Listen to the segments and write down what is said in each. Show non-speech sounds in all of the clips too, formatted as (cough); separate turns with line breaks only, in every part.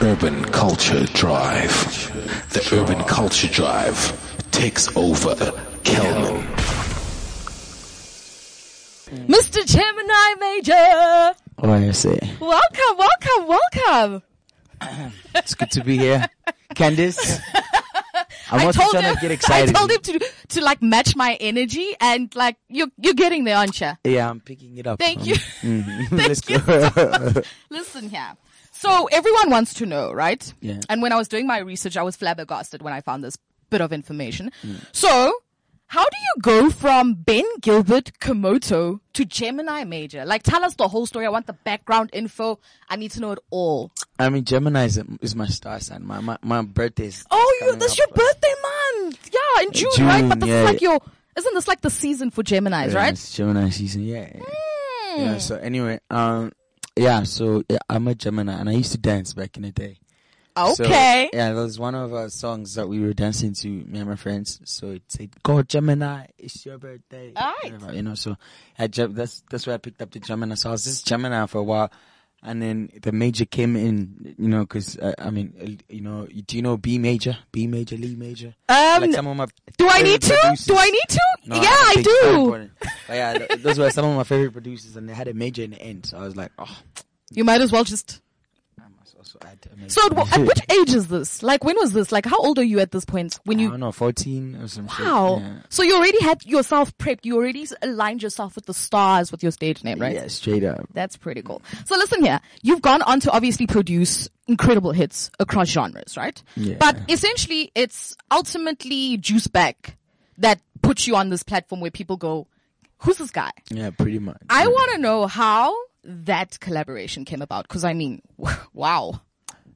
Urban Culture Drive. The Urban Culture Drive takes over Kelman.
Mr. Gemini Major!
What do you say?
Welcome, welcome, welcome!
It's good to be
(laughs)
here. Candice, I
(laughs) I
want
told
to
him,
try to get excited.
I told him to, to like match my energy and like, you're, you're getting there, aren't you?
Yeah, I'm picking it up.
Thank you.
(laughs) mm. Let's go.
(laughs) Listen here. So everyone wants to know, right?
Yeah.
And when I was doing my research, I was flabbergasted when I found this bit of information.
Mm.
So, how do you go from Ben Gilbert Komoto to Gemini Major? Like, tell us the whole story. I want the background info. I need to know it all.
I mean, Gemini is, is my star sign. My my, my birthday is.
Oh, you,
coming
that's
up,
your
uh,
birthday month. Yeah, in June, right? But
June,
this
yeah,
is like
yeah.
your, isn't this like the season for Geminis,
yeah,
right? Hmm.
It's Gemini season. Yeah. yeah. Yeah. So anyway, um, yeah. So yeah, I'm a Gemini, and I used to dance back in the day. So,
Okay.
yeah, that was one of our songs that we were dancing to, me and my friends. So it said, "Go Gemini, it's your birthday."
Alright.
Whatever, You know, so I, Gem- that's that's where I picked up the Gemini. So I was just Gemini for a while, and then the major came in. You know, because I, I mean, uh, you know, do you know B major, B major, Lee major?
Um,
Like some of my
do I
favorite
need to?
producers-
Do I need to?
No,
yeah, I,
think it's very
do.
important. But yeah, th- those were some of my favorite producers, and they had a major in the end. So I was like, oh,
You might as well just.
I must also add a major.
So at,
(laughs)
wh- at which age is this? Like, when was this? Like, how old are you at this point? When
I
you.
don't know, 14 or some shit.
Wow.
Yeah.
So you already had yourself prepped. You already s- aligned yourself with the stars with your stage name, right?
Yeah, straight up.
That's pretty cool. So listen here, you've gone on to obviously produce incredible hits across genres, right?
Yeah.
But essentially, it's ultimately Juice Back that puts you on this platform where people go, "Who's this guy?"
Yeah, pretty much.
I want to know how that collaboration came about because I mean, (laughs) wow.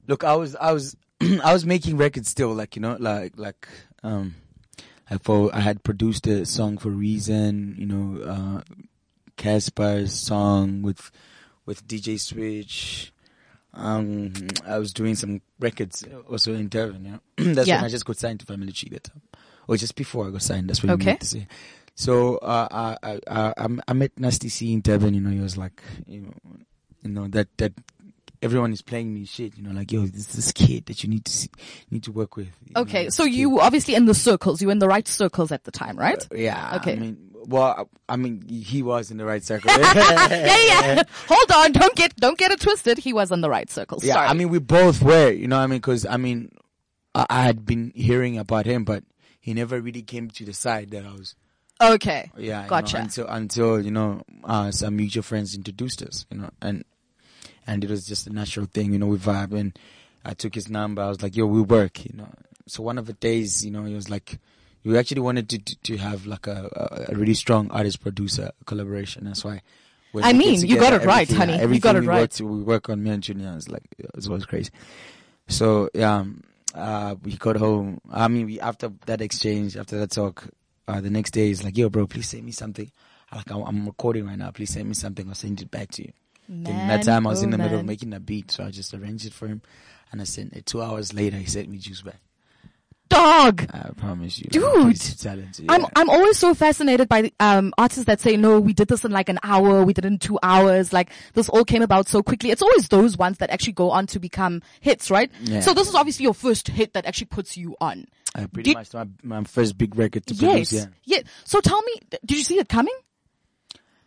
Look, I was, I was, (clears throat) I was making records still, like, you know, like, like, um, I for, I had produced a song for Reason, you know, uh, Casper's song with, with DJ Switch. Um, I was doing some records also in Durban, you know. (clears throat) That's
Yeah.
when I just got signed to Family Tree that time. Or just before I got signed, that's when
Okay.
we met this year. So, uh, I, I, I, I'm- I met Nasty C in Durban, you know, he was like, you know, you know, that, that, everyone is playing me shit, you know, like, yo, this this kid that you need to see, need to work with. you know,
Okay,
this
so
kid.
you were obviously in the circles. You were in the right circles at the time,
(laughs)
right? (laughs)
Yeah.
Okay.
I mean, well, I I mean, he was in the right
(laughs)
circle. (laughs)
yeah, yeah. Hold on, don't get don't get it twisted. He was in the right circles.
yeah.
Sorry.
I mean, we both were, you know what I mean? Cause I mean, I, I had been hearing about him, but he never really came to the side that I was,
okay.
yeah. you know,
Gotcha.
until, until, you know, uh, some mutual friends introduced us, you know, and, and it was just a natural thing, you know, we vibe and I took his number. I was like, yo, we work, you know. So one of the days, you know, he was like, we actually wanted to, to, to have like a, a, a really strong artist producer collaboration. That's why. when
I
we get
mean, you got it right,
everything-
honey. You
everything
got it
we
right.
work to- we work on me and Junior. It's like, it was crazy. So, yeah, um, uh, we got home. I mean, we, after that exchange, after that talk, uh, the next day he's like, yo, bro, please send me something. I'm Like, I'm- I'm recording right now. Please send me something. I'll send it back to you. Then that
Man,
time I was
oh
in the middle of
man.
making a beat, so I just arranged it for him, and I sent it. Two hours later, he sent me juice back.
Dog.
I promise you,
Dude!
talented.
I'm I'm always so fascinated by the, um, artists that say no, we did this in like an hour, we did it in two hours, like this all came about so quickly. It's always those ones that actually go on to become hits, right?
Yeah.
So this is obviously your first hit that actually puts you on.
I pretty
did-
much my, my first big record to
yes,
produce. Yeah,
yeah. So tell me, d- did you see it coming?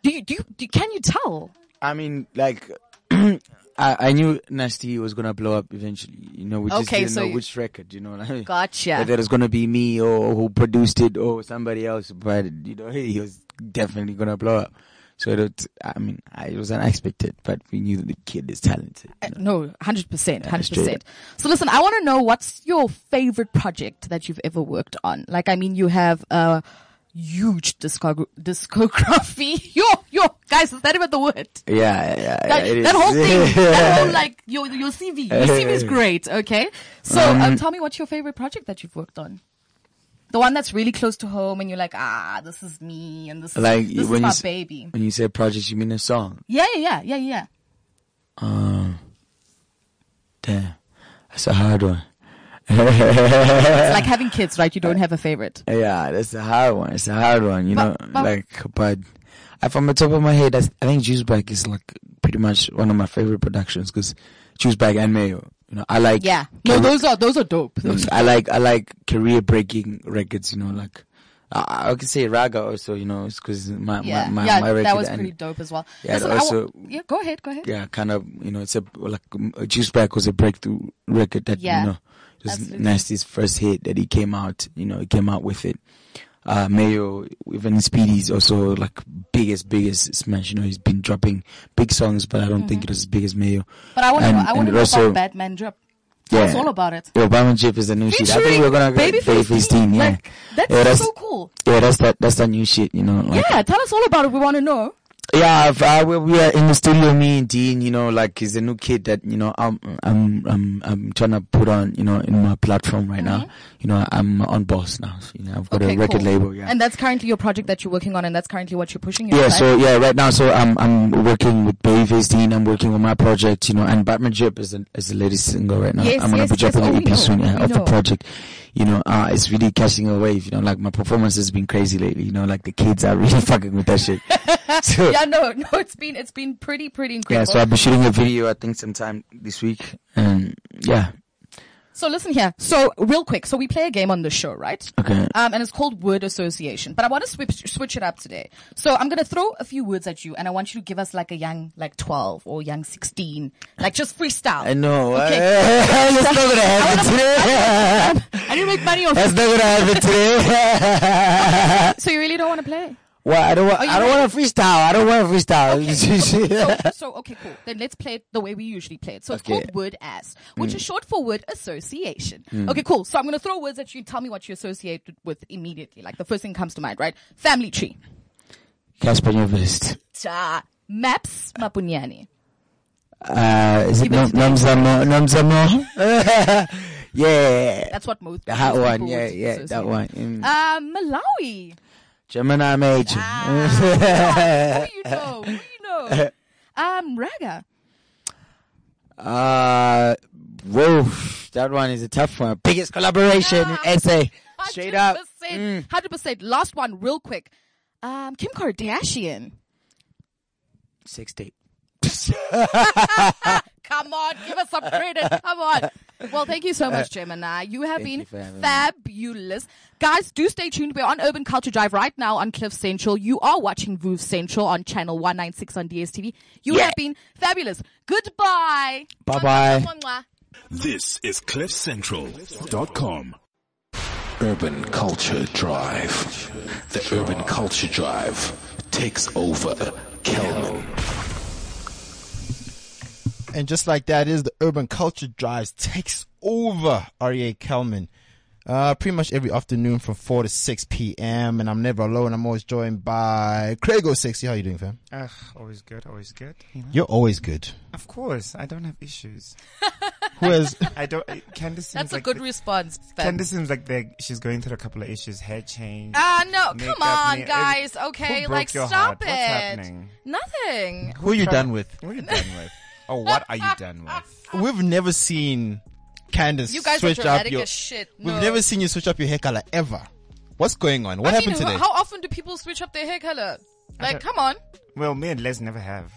Do you do you, do you- can you tell?
I mean, like, (clears throat) I, I knew Nasty was gonna blow up eventually. You know, we just
Okay,
didn't
so
know
you-
which record. You know, what I mean?
Gotcha.
whether it was gonna be me or who produced it or somebody else, but you know, (laughs) he was definitely gonna blow up. So it, I mean, I, it was unexpected, but we knew the kid is talented. you know.
Uh, No, hundred percent, hundred
straight
percent.
up.
So listen, I want to know what's your favorite project that you've ever worked on. Like, I mean, you have a huge discog- discography. (laughs) yo, yo, guys, is that even the word?
Yeah, yeah, yeah.
That,
it
that
is.
whole
(laughs)
thing, that whole like your your CV, your CV is great. Okay, so um, tell me what's your favorite project that you've worked on. The one that's really close to home, and you're like, ah, this is me, and this is
like
this
when
is my
you s-
baby.
When you say project, you mean a song.
Yeah, yeah, yeah, yeah, yeah.
Um, damn, that's a hard one. (laughs) Uh,
It's like having kids, right? You don't have a favorite.
Yeah, that's a hard one. It's a hard one. You
But-
know,
but-
like, but uh, from the top of my head, I, I think Juice Bag is like pretty much one of my favorite productions because Juice Bag and Mayo. You know, I like
Yeah. No, those are those are dope.
Mm, I like I like career breaking records. You know, like I, I could say Raga also. You know, it's because my,
Yeah,
my my
yeah,
my record
that was
and-
pretty dope as well.
Yeah,
Listen,
and
I wa-
also-
yeah, go ahead, go ahead.
yeah, kind of you know, it's a like um, Juice Back was a breakthrough record that
Yeah,
you know it was
absolutely.
Nasty's first hit that he came out. You know, he came out with it. Uh, Mayo, even Speedy's also like biggest, biggest smash. You know, he's been dropping big songs, but I don't think
Mm-hmm.
it was as big as Mayo.
But I want to
And-
know, I want to
and
know
also-
about Batman Drip.
Yeah.
That's all about it.
Yo, Bam and Jip is the new shit. I think we're gonna
Babyface
Babyface
Dean,
Dean, yeah.
like, that's
yeah, that's
so cool.
yeah, that's that that's that new shit, you know. Like,
Yeah, tell us all about it. We want to know.
yeah, if I, we we are in the studio, me and Dean, you know, like he's a new kid that, you know, I'm, I'm, I'm, I'm trying to put on, you know, in my platform right now. You know, I'm on boss now. You know, I've got
Mm-hmm. Okay,
a record
cool.
label, yeah.
And that's currently your project that you're working on, and that's currently what you're pushing.
yeah,
yourself.
so yeah, right now, so I'm I'm working with Babyface Dean. I'm working on my project, you know, and Batman Drip is the, is the latest single right now.
Yes,
I'm gonna
yes,
be dropping
yes, oh,
an
we know,
EP soon yeah,
we
of
know.
the project. You know, uh, it's really catching a wave. You know, like my performance has been crazy lately. You know, like the kids are really (laughs) fucking with
(laughs)
that shit. So,
yeah, no, (laughs) no, it's been it's been pretty pretty
Yeah,
incredible.
so I'll be shooting a video, I think, sometime this week. And yeah,
So listen here. So real quick. So we play a game on the show, right?
Okay.
Um, and it's called word association. But I want to switch switch it up today. So I'm gonna throw a few words at you, and I want you to give us like a young like 12 or young 16, like just freestyle.
I know.
Okay.
(laughs) That's not gonna happen
I
today. (laughs)
And you make money off.
That's not gonna happen today. Oh,
So you really don't want to play?
(laughs) well, I don't want.
you
I don't want to freestyle. I don't want to (laughs) freestyle.
So, so okay, cool. Then let's play it the way we usually play it. So it's
Okay. Mm.
called word as, which is short for word association. Okay, cool. So I'm gonna throw words at you. Tell me what you associate with immediately. Like the first thing comes to mind, right? Family tree.
Casper Nyovist.
Ja. Maps Mapunyani.
Uh, is it
Give it
Nom
to me.
Nomzamo? Nomzamo? (laughs) yeah,
That's what most
that
most
one.
people
Yeah,
would
yeah,
associate
that
with.
one. Mm.
Uh,
(laughs)
Malawi.
Gemini Major.
Who you know? Who you know? Um, Raga.
Uh, whoa, that one is a tough one. Biggest collaboration
Yeah.
in SA. Straight up. Mm.
100%, 100%. Last one, real quick. Um, Kim Kardashian.
Six tape.
Come on, give us some credit. Come on. Well, thank you so
(laughs)
much, Gemini. You have
thank
been
you for having me.
fabulous. Guys, do stay tuned. We're on Urban Culture Drive right now on Cliff Central. You are watching Voove Central on channel 196 on DSTV. You have been fabulous. Goodbye.
Bye-bye.
Mwah, mwah, mwah, mwah.
This is CliffCentral.com.
Urban Culture Drive. The Urban Culture Drive takes over Kelman.
And just like that is the urban culture drives takes over REA Kelman. Uh, pretty much every afternoon from 4 to 6 p.m. And I'm never alone. I'm always joined by Craigo60. How you doing, fam?
Ugh, always good, always good.
You're always good.
Of course, I don't have issues.
Who is,
I don't. I- Candice seems
That's a
like
good
the-
response. fam.
Candice seems like the, she's going through a couple of issues. Hair change.
Ah, no,
Makeup,
come on,
na-
guys.
every-
Okay,
Who broke
like,
your
stop
heart?
it.
What's happening?
Nothing.
who are you done with?
What are you done with? Oh, what are you done with?
We've never seen Candace
You guys are
switch up
dramatic
your,
as shit. No.
we've never seen you switch up your hair color ever. What's going on? What
I
happened
mean, wh-
today?
How often do people switch up their hair color? Like,
don't-
come on.
Well, me and Les never have.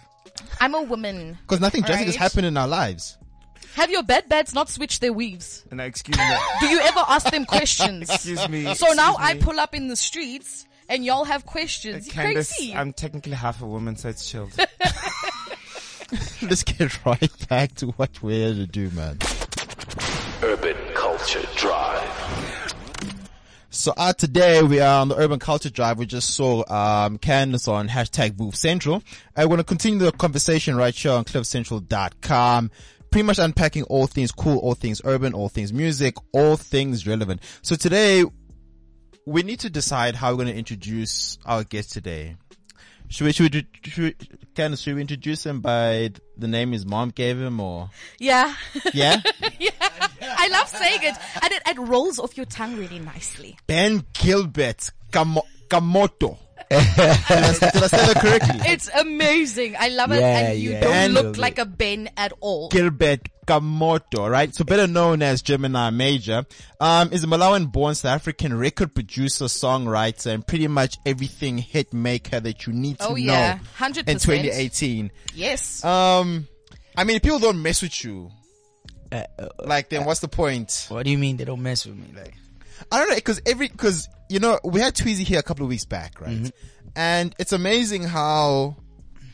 I'm a woman.
Because nothing drastic has
Right.
happened in our lives. (laughs)
Have your bed beds not switched their weaves?
No,
(laughs)
excuse me.
Do you ever ask
(laughs)
them questions?
Excuse me.
so now I
excuse me.
pull up in the streets and y'all have questions. You crazy.
Candice, I'm technically half a woman, so it's chilled.
Let's get right back to what we're here to do, man.
Urban Culture Drive.
So uh, today we are on the Urban Culture Drive. We just saw um, Candace on hashtag Booth Central. I want to continue the conversation right here on CliffCentral.com. Pretty much unpacking all things cool, all things urban, all things music, all things relevant. So today we need to decide how we're going to introduce our guest today. Should we, should we, do- should we, Candace, should we introduce him by the name his mom gave him or?
yeah. (laughs)
Yeah? (laughs)
yeah. I love saying it. And it, it rolls off your tongue really nicely.
ben Gilbert Kamo- Kamoto. did, I, did I say that correctly?
It's amazing. I love it.
Yeah,
and you
yeah.
don't
And-
look like a Ben at all.
Gilbert Kamoto, right? So better known as Gemini Major, um, is a Malawian-born South African record producer, songwriter, and pretty much everything hit maker that you need to
Oh,
know
yeah. 100%.
in 2018.
yes.
Um, I mean, if people don't mess with you,
uh, uh,
Like, then what's the point?
what do you mean they don't mess with me? Like,
I don't know because every because you know we had Tweezy here a couple of weeks back, right?
Mm-hmm.
And it's amazing how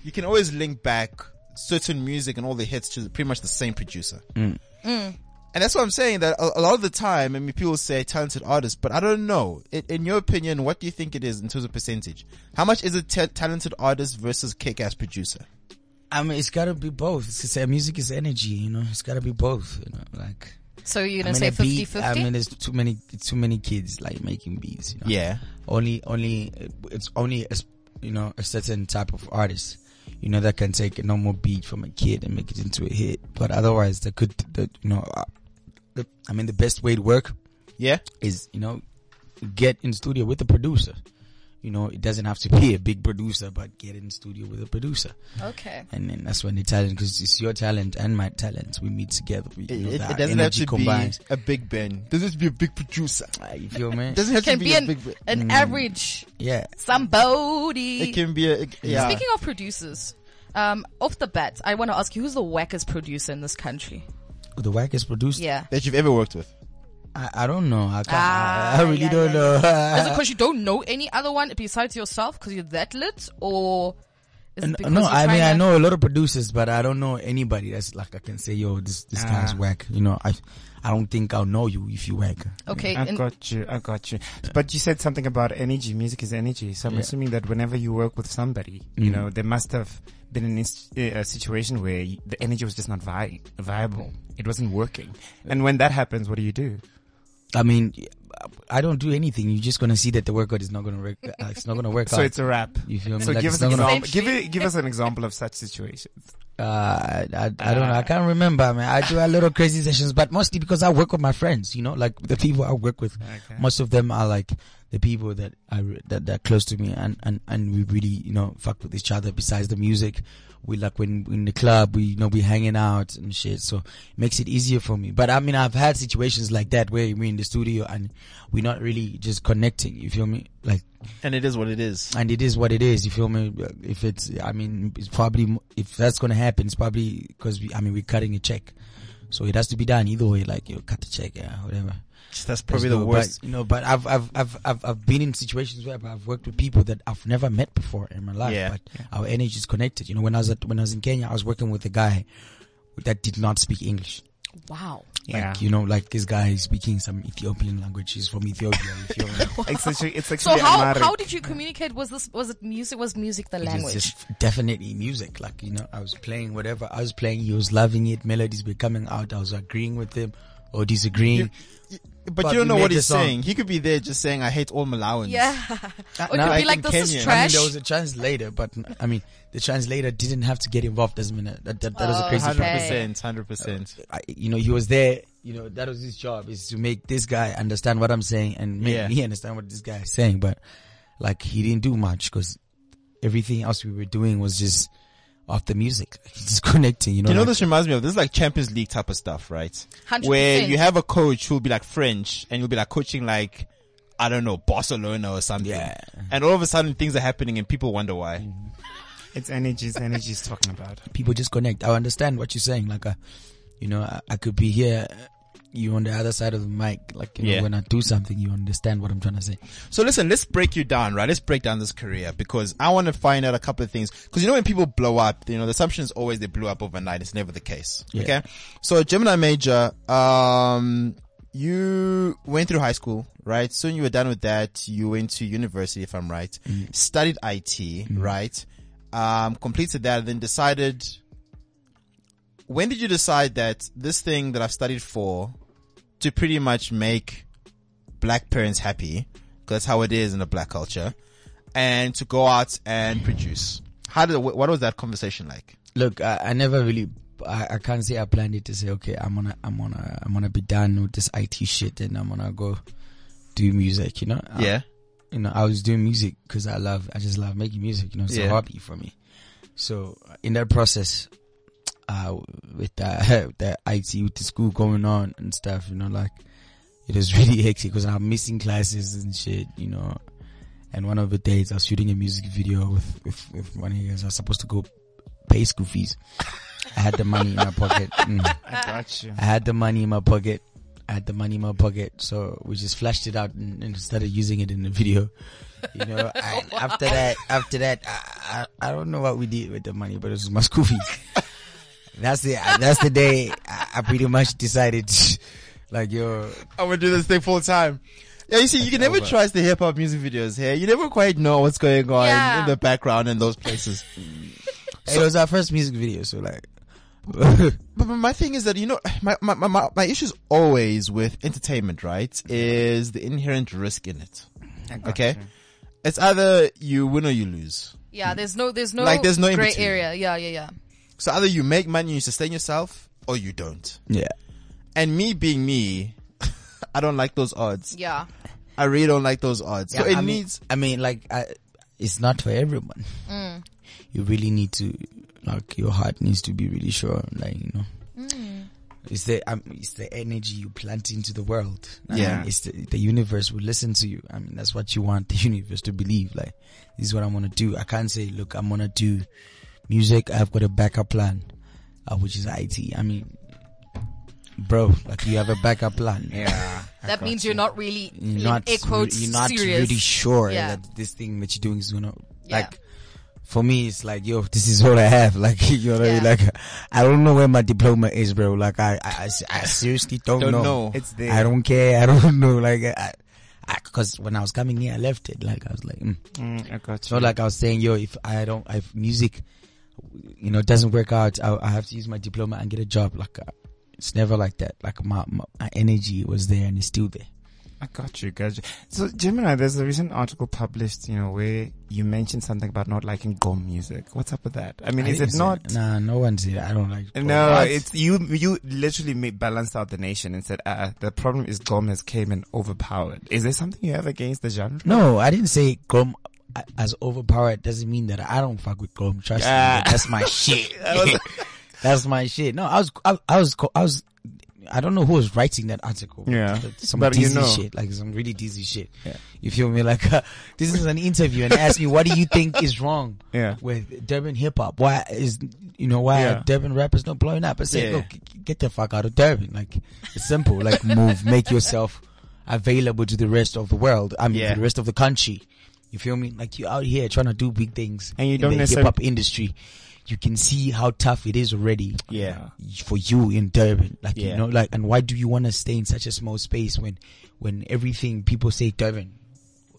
you can always link back certain music and all the hits to pretty much the same producer.
Mm.
And that's what I'm saying that a, a lot of the time, I mean, people say talented artists, but I don't know. In, in your opinion, what do you think it is in terms of percentage? How much is a ta- talented artist versus kick-ass producer?
I mean, it's gotta be both. It's, it's, uh, music is energy, you know. It's gotta be both. You know, like
So you're
I
gonna
mean,
say
a beat,
50-50?
I mean, there's too many, too many kids like making beats. You know?
Yeah.
Only, only, it's only, a, s- you know, a certain type of artist, you know, that can take a normal beat from a kid and make it into a hit. But otherwise, that could, that you know, uh, the, I mean, the best way to work
Yeah.
is, you know, get in studio with a producer. You know, it doesn't have to be a big producer, but get in studio with a producer.
okay.
And then that's when the talent, because it's your talent and my talent, we meet together. We,
It,
you know,
it-
that
it doesn't have
energy
to
combines.
be a big band. Doesn't have to be a big producer.
Ah, You feel me?
Doesn't have
Can
to be,
be
a
an,
big. ba-
Mm.
an average
Yeah.
somebody.
It can be a it- yeah.
Speaking of producers, um, off the bat, I want to ask you who's the wackest producer in this country?
The wackest produced.
Yeah.
that you've ever worked with.
I, I don't know. I, can't,
Ah,
I, I really
yeah,
don't
yeah,
know.
Is it
(laughs)
because you don't know any other one besides yourself because you're that lit, or is it because
no,
you're
I
trying
mean I
to-
know a lot of producers, but I don't know anybody that's like I can say, yo, this this
Ah.
guy's whack. You know, I I don't think I'll know you if you whack.
Okay,
I
and-
got you. I got you. But you said something about energy. Music is energy. So I'm assuming that whenever you work with somebody, you know, there must have been an inst- uh, a situation where y the energy was just not vi- viable. It wasn't working. And when that happens, what do you do?
I mean, I don't do anything. You're just gonna see that the workout is not gonna work. Uh, it's not gonna work
So
out.
it's a wrap.
you feel me?
So
Like,
give
it's
us
not
an
gonna-
example. Give, it- give us an example of such situations.
Uh, I, I, I don't know. I can't remember, man. I do a lot of crazy sessions, but mostly because I work with my friends, you know, like the people I work with. Most of them are like the people that I, re- that, that are close to me and, and, and we really, you know, fuck with each other besides the music. We like when we in the club, we, you know, we hanging out and shit. So it makes it easier for me. But I mean, I've had situations like that where we're in the studio and we're not really just connecting. You feel me? Like,
And it is what it is.
and it is what it is. You feel me? If it's, I mean, it's probably if that's gonna happen, it's probably because we, I mean, we're cutting a check, so it has to be done either way. Like you cut the check, yeah, whatever.
That's
There's
probably
no-
the
but,
worst.
you know. But I've, I've, I've, I've, I've been in situations where I've worked with people that I've never met before in my life,
Yeah.
but our energy is connected. You know, when I was at, when I was in Kenya, I was working with a guy that did not speak English.
wow.
Yeah.
Like, you know, like this guy is speaking some Ethiopian language. He's from Ethiopia. you feel me?
(laughs) It's actually, it's
So
actually
how
Amharic.
how did you communicate? Was this was it music? Was music the
It is
language?
just definitely music. Like, you know, I was playing whatever I was playing. He was loving it. Melodies were coming out. I was agreeing with him or disagreeing.
But,
But
you don't
we
know
made
what
the
he's
song.
saying. He could be there just saying, I hate all Malawans.
yeah. Or it
now
could
I
be like
think
this is
Kenyan.
I
I
mean,
trash.
there was a translator, but I mean, the translator didn't have to get involved. Doesn't mean that, that, that was a
Oh,
crazy
100%.
part.
okay.
100%.
I, you know, he was there. You know, that was his job is to make this guy understand what I'm saying and make
Yeah.
me understand what this guy is saying. But like, he didn't do much because everything else we were doing was just off the music, (laughs) just connecting. You know,
You know,
like-
this reminds me of this is like Champions League type of stuff, right?
100%.
Where you have a coach who'll be like French and you'll be like coaching like, I don't know, Barcelona or something.
Yeah.
And all of a sudden things are happening and people wonder why.
It's energy. It's energy he's talking about.
people just connect. I understand what you're saying. Like, uh, you know, I, I could be here, uh, you on the other side of the mic. Like, you
Yeah.
know, when I do something, you understand what I'm trying to say.
So listen, let's break you down, right? Let's break down this career because I want to find out a couple of things. Because you know when people blow up, you know the assumption is always they blew up overnight. It's never the case.
Yeah.
Okay. So Gemini Major, um, you went through high school, right? Soon you were done with that. You went to university, if I'm right. Studied IT, right? Um, completed that, and then decided. When did you decide that this thing that I've studied for to pretty much make black parents happy because that's how it is in the black culture and to go out and produce how did wh- what was that conversation like
Look, I, I never really, I, I can't say I planned it to say, okay, I'm gonna, I'm gonna, I'm gonna be done with this IT shit and I'm gonna go do music, you know? I- you know, I was doing music because I love, I just love making music. You know, it's
Yeah.
a hobby for me. So uh, in that process, uh, with
(laughs)
the, the IT, with the school going on and stuff, you know, like it
(laughs)
was really hectic because I'm missing classes and shit, you know. And one of the days I was shooting a music video with, with, with one of you guys. I was supposed to go
pay school fees. I had the money in
(laughs)
my pocket. Mm.
I got you.
I had the money in my pocket. I had the money in my pocket, so we just flashed it out and, and started using it in the video.
(laughs)
You know,
Oh,
and after that, after that, I, I, I don't know what we did with the money, but it was my (laughs) school fees. that's the that's the day I, I pretty much decided, (laughs) like yo,
I'm gonna do this thing full time. Yeah, you see, you can never trust the hip hop music videos here. You never quite know what's going on
Yeah.
in the background in those places.
it was our first music video, so like,
(laughs)
But my thing is that, you know, my, my, my- my, my issue is always with entertainment, right? Is the inherent risk in it. Okay? It's either you win or you lose.
Yeah, there's no, there's no,
Like, there's no in
gray
between.
area. Yeah, yeah, yeah.
So either you make money, you sustain yourself, or you don't.
yeah,
And me being me, (laughs) I don't like those odds.
Yeah.
I really don't like those odds. so
Yeah,
it
I mean-
needs,
I mean, like, I, it's not for everyone.
Mm.
You really need to, like, your heart needs to be really sure, like, you know.
Mm.
It's the um, it's the energy you plant into the world. I
Yeah.
mean, it's the, the universe will listen to you. I mean, that's what you want the universe to believe. Like, this is what I'm gonna do. I can't say, look, I'm gonna do music. I've got a backup plan, uh, which is IT. I mean, bro, like you have a backup plan. Yeah,
That means you're not really,
you're
in
not,
air quotes,
re- you're not
serious.
really sure
Yeah.
that this thing that you're doing is gonna
Yeah.
like. For me, it's like yo, this is what I have. (laughs) Like you know, what I mean?
Yeah.
like I don't know where my diploma is, bro. Like I, I, I s- I seriously don't,
Don't
know.
know.
It's there.
I don't care. I don't (laughs) know. Like I, because when I was coming here, I left it. Like I was like, mm.
Mm, I got you.
so like I was saying, yo, if I don't, if music, you know, doesn't work out, I, I have to use my diploma and get a job. Like uh, it's never like that. Like my, my, my energy was there and it's still there.
I got you, got you. So Gemini, there's a recent article published, you know, where you mentioned something about not liking gom music. What's up with that? I mean, is
didn't
it
say-
not?
Nah, no one said it. I don't like.
No, it's you. You literally made, balanced out the nation and said, uh, "The problem is gom has came and overpowered." Is there something you have against the genre?
No, I didn't say Grom uh, as overpowered. Doesn't mean that I don't fuck with Grom. Trust me, but that's my shit. (laughs) that's my shit. No, I was, I, I was, co- I was. I don't know who was writing that article.
Yeah,
some
but you
dizzy
know.
shit, like some really dizzy shit. You feel me? Like uh, this is an interview, and ask me what do you think is wrong
(laughs) Yeah.
with Durban hip hop? Why is you know why
Yeah.
are Durban rappers not blowing up? I said,
Yeah.
look, g- g- get the fuck out of Durban. Like it's simple. Like move, make yourself available to the rest of the world. I mean,
Yeah.
to the rest of the country. You feel me? Like you out here trying to do big things
And you
in
don't
the
necessar-
hip hop industry. You can see how tough it is already
yeah.
for you in Durban. Like
Yeah.
you know, like and why do you want to stay in such a small space when when everything people say Durban,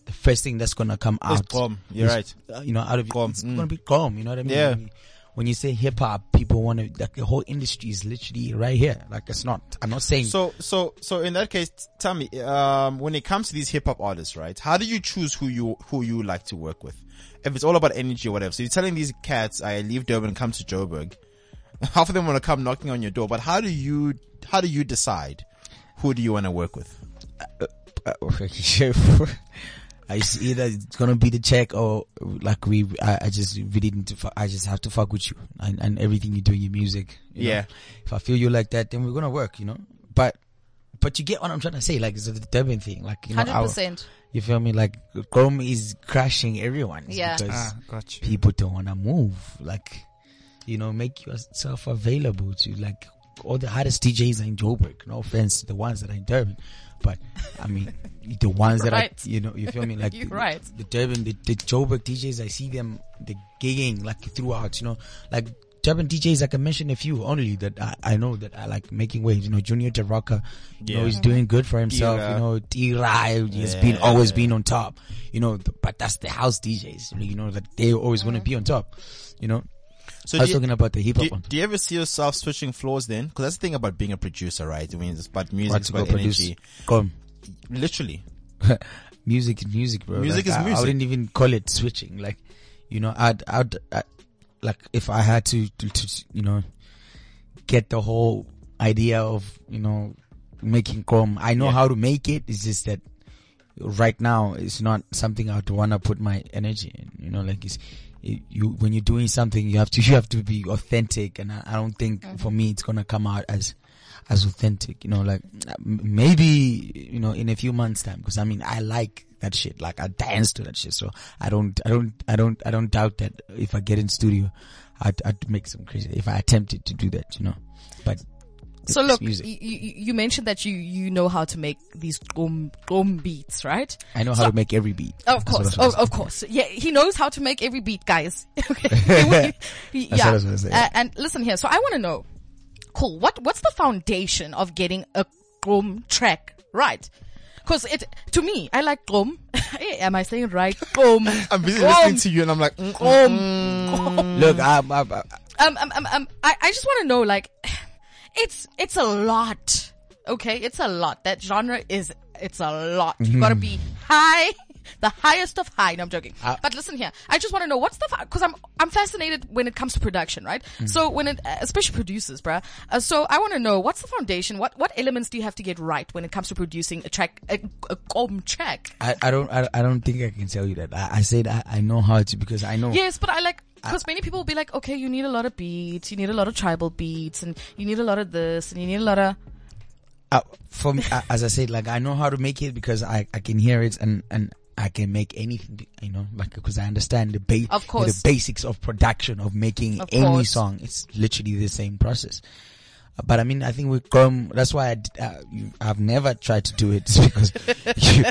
the first thing that's gonna come out
calm. You're
is,
right.
uh, You know, out of
Calm.
it's
Mm.
gonna be calm. You know what I mean?
Yeah.
When you, when you say hip hop, people want to like the whole industry is literally right here. Like it's not. I'm not saying. (laughs)
So, so, so in that case, tell me, um, when it comes to these hip hop artists, right? How do you choose who you, who you like to work with? If it's all about energy or whatever. So you're telling these cats, I leave Durban and come to Joburg. (laughs) Half of them want to come knocking on your door, but how do you, how do you decide who do you want to work with?
uh, it's either it's gonna be the check or like we. I, I just really need to. Fu- I just have to fuck with you and, and everything you do in your music. you know?
Yeah.
If I feel you like that, then we're gonna work. You know. But but you get what I'm trying to say. Like it's the Durban thing. Like you know,
Hundred
our,
percent.
you feel me? Like Chrome is crashing everyone. It's
Yeah.
Because
Ah, got you.
people don't wanna move. Like you know, make yourself available to like. All the hardest DJs are in Joburg. No offense to the ones that are in Durban, but
(laughs)
I mean the ones that
Right.
are you know you
(laughs)
feel me like
You're right.
the Durban the, the Joburg DJs I see them the gigging like throughout you know like Durban DJs I can mention a few only that I, I know that I like making waves you know Junior Taraka you know he's doing good for himself
Tira.
you know Tira has been always been on top you know th- but that's the house DJs you know that they always want to be on top you know
So
I
do
was
you-
talking about the hip
do,
hop one
do you ever see yourself switching floors then? Cause that's the thing about being a producer, right? I mean, it's about music, it's
Practical
about
produce
energy.
come (laughs)
Literally.
music is music, bro.
Music
Like,
is
I, I
music.
wouldn't even call it switching. Like, you know, I'd, I'd, I, like, if I had to, to, to, you know, get the whole idea of, you know, making Chrome, I know how to make it. It's just that right now it's not something I'd want to put my energy in. You know, like it's, it, you, when you're doing something, you have to, you have to be authentic. And I, I don't think for me, it's going to come out as, as authentic, you know, like m- maybe, you know, in a few months time, cause I mean, I like that shit. Like I dance to that shit. So I don't, I don't, I don't, I don't doubt that if I get in studio,
I'd, I'd make some crazy if I attempted to do that, you know. But
So
it's
look, you,
music.
you, you mentioned that you, you know how to make these gom, gom beats, right?
I know how
so-
to make every beat.
Oh, Of
That's what I
course,
was gonna
of,
say.
of course. Yeah, he knows how to make every beat, guys. (laughs)
(laughs)
Okay. He-
what I was gonna say, yeah.
Uh, and listen here. So I want to know, cool. What what's the foundation of getting a grom track right? Because it to me, I like (laughs) grom. Am I saying it right?
(laughs)
Grom.
I'm busy listening to you and I'm like, mm, mm.
Look, I'm, I'm, I'm-
um, um, um, um, I, I just want to know, like, (sighs) it's, it's a lot. Okay. It's a lot. That genre is, it's a lot. You gotta be high, (laughs) the highest of high. No, I'm joking. but listen here. I just want to know what's the, fa- cause I'm, I'm fascinated when it comes to production, right? So when it, especially producers, bruh. Uh, so I want to know what's the foundation? What, what elements do you have to get right when it comes to producing a track, a, a com track?
I, I don't, I, I don't think I can tell you that. I, I said I, I know how to because I know.
(laughs) Yes, but I like because many people will be like, okay, you need a lot of beats, you need a lot of tribal beats, and you need a lot of this, and you need a lot of
(laughs) uh, from uh, as I said, like I know how to make it because I, I can hear it and and I can make anything, be- you know, like because I understand the ba-
Of course.
the basics of production of making
Of
any
course.
song. It's literally the same process. Uh, But I mean, I think with Chrome, that's why I, d- uh, you, I've never tried to do it (laughs) because
(laughs)
you,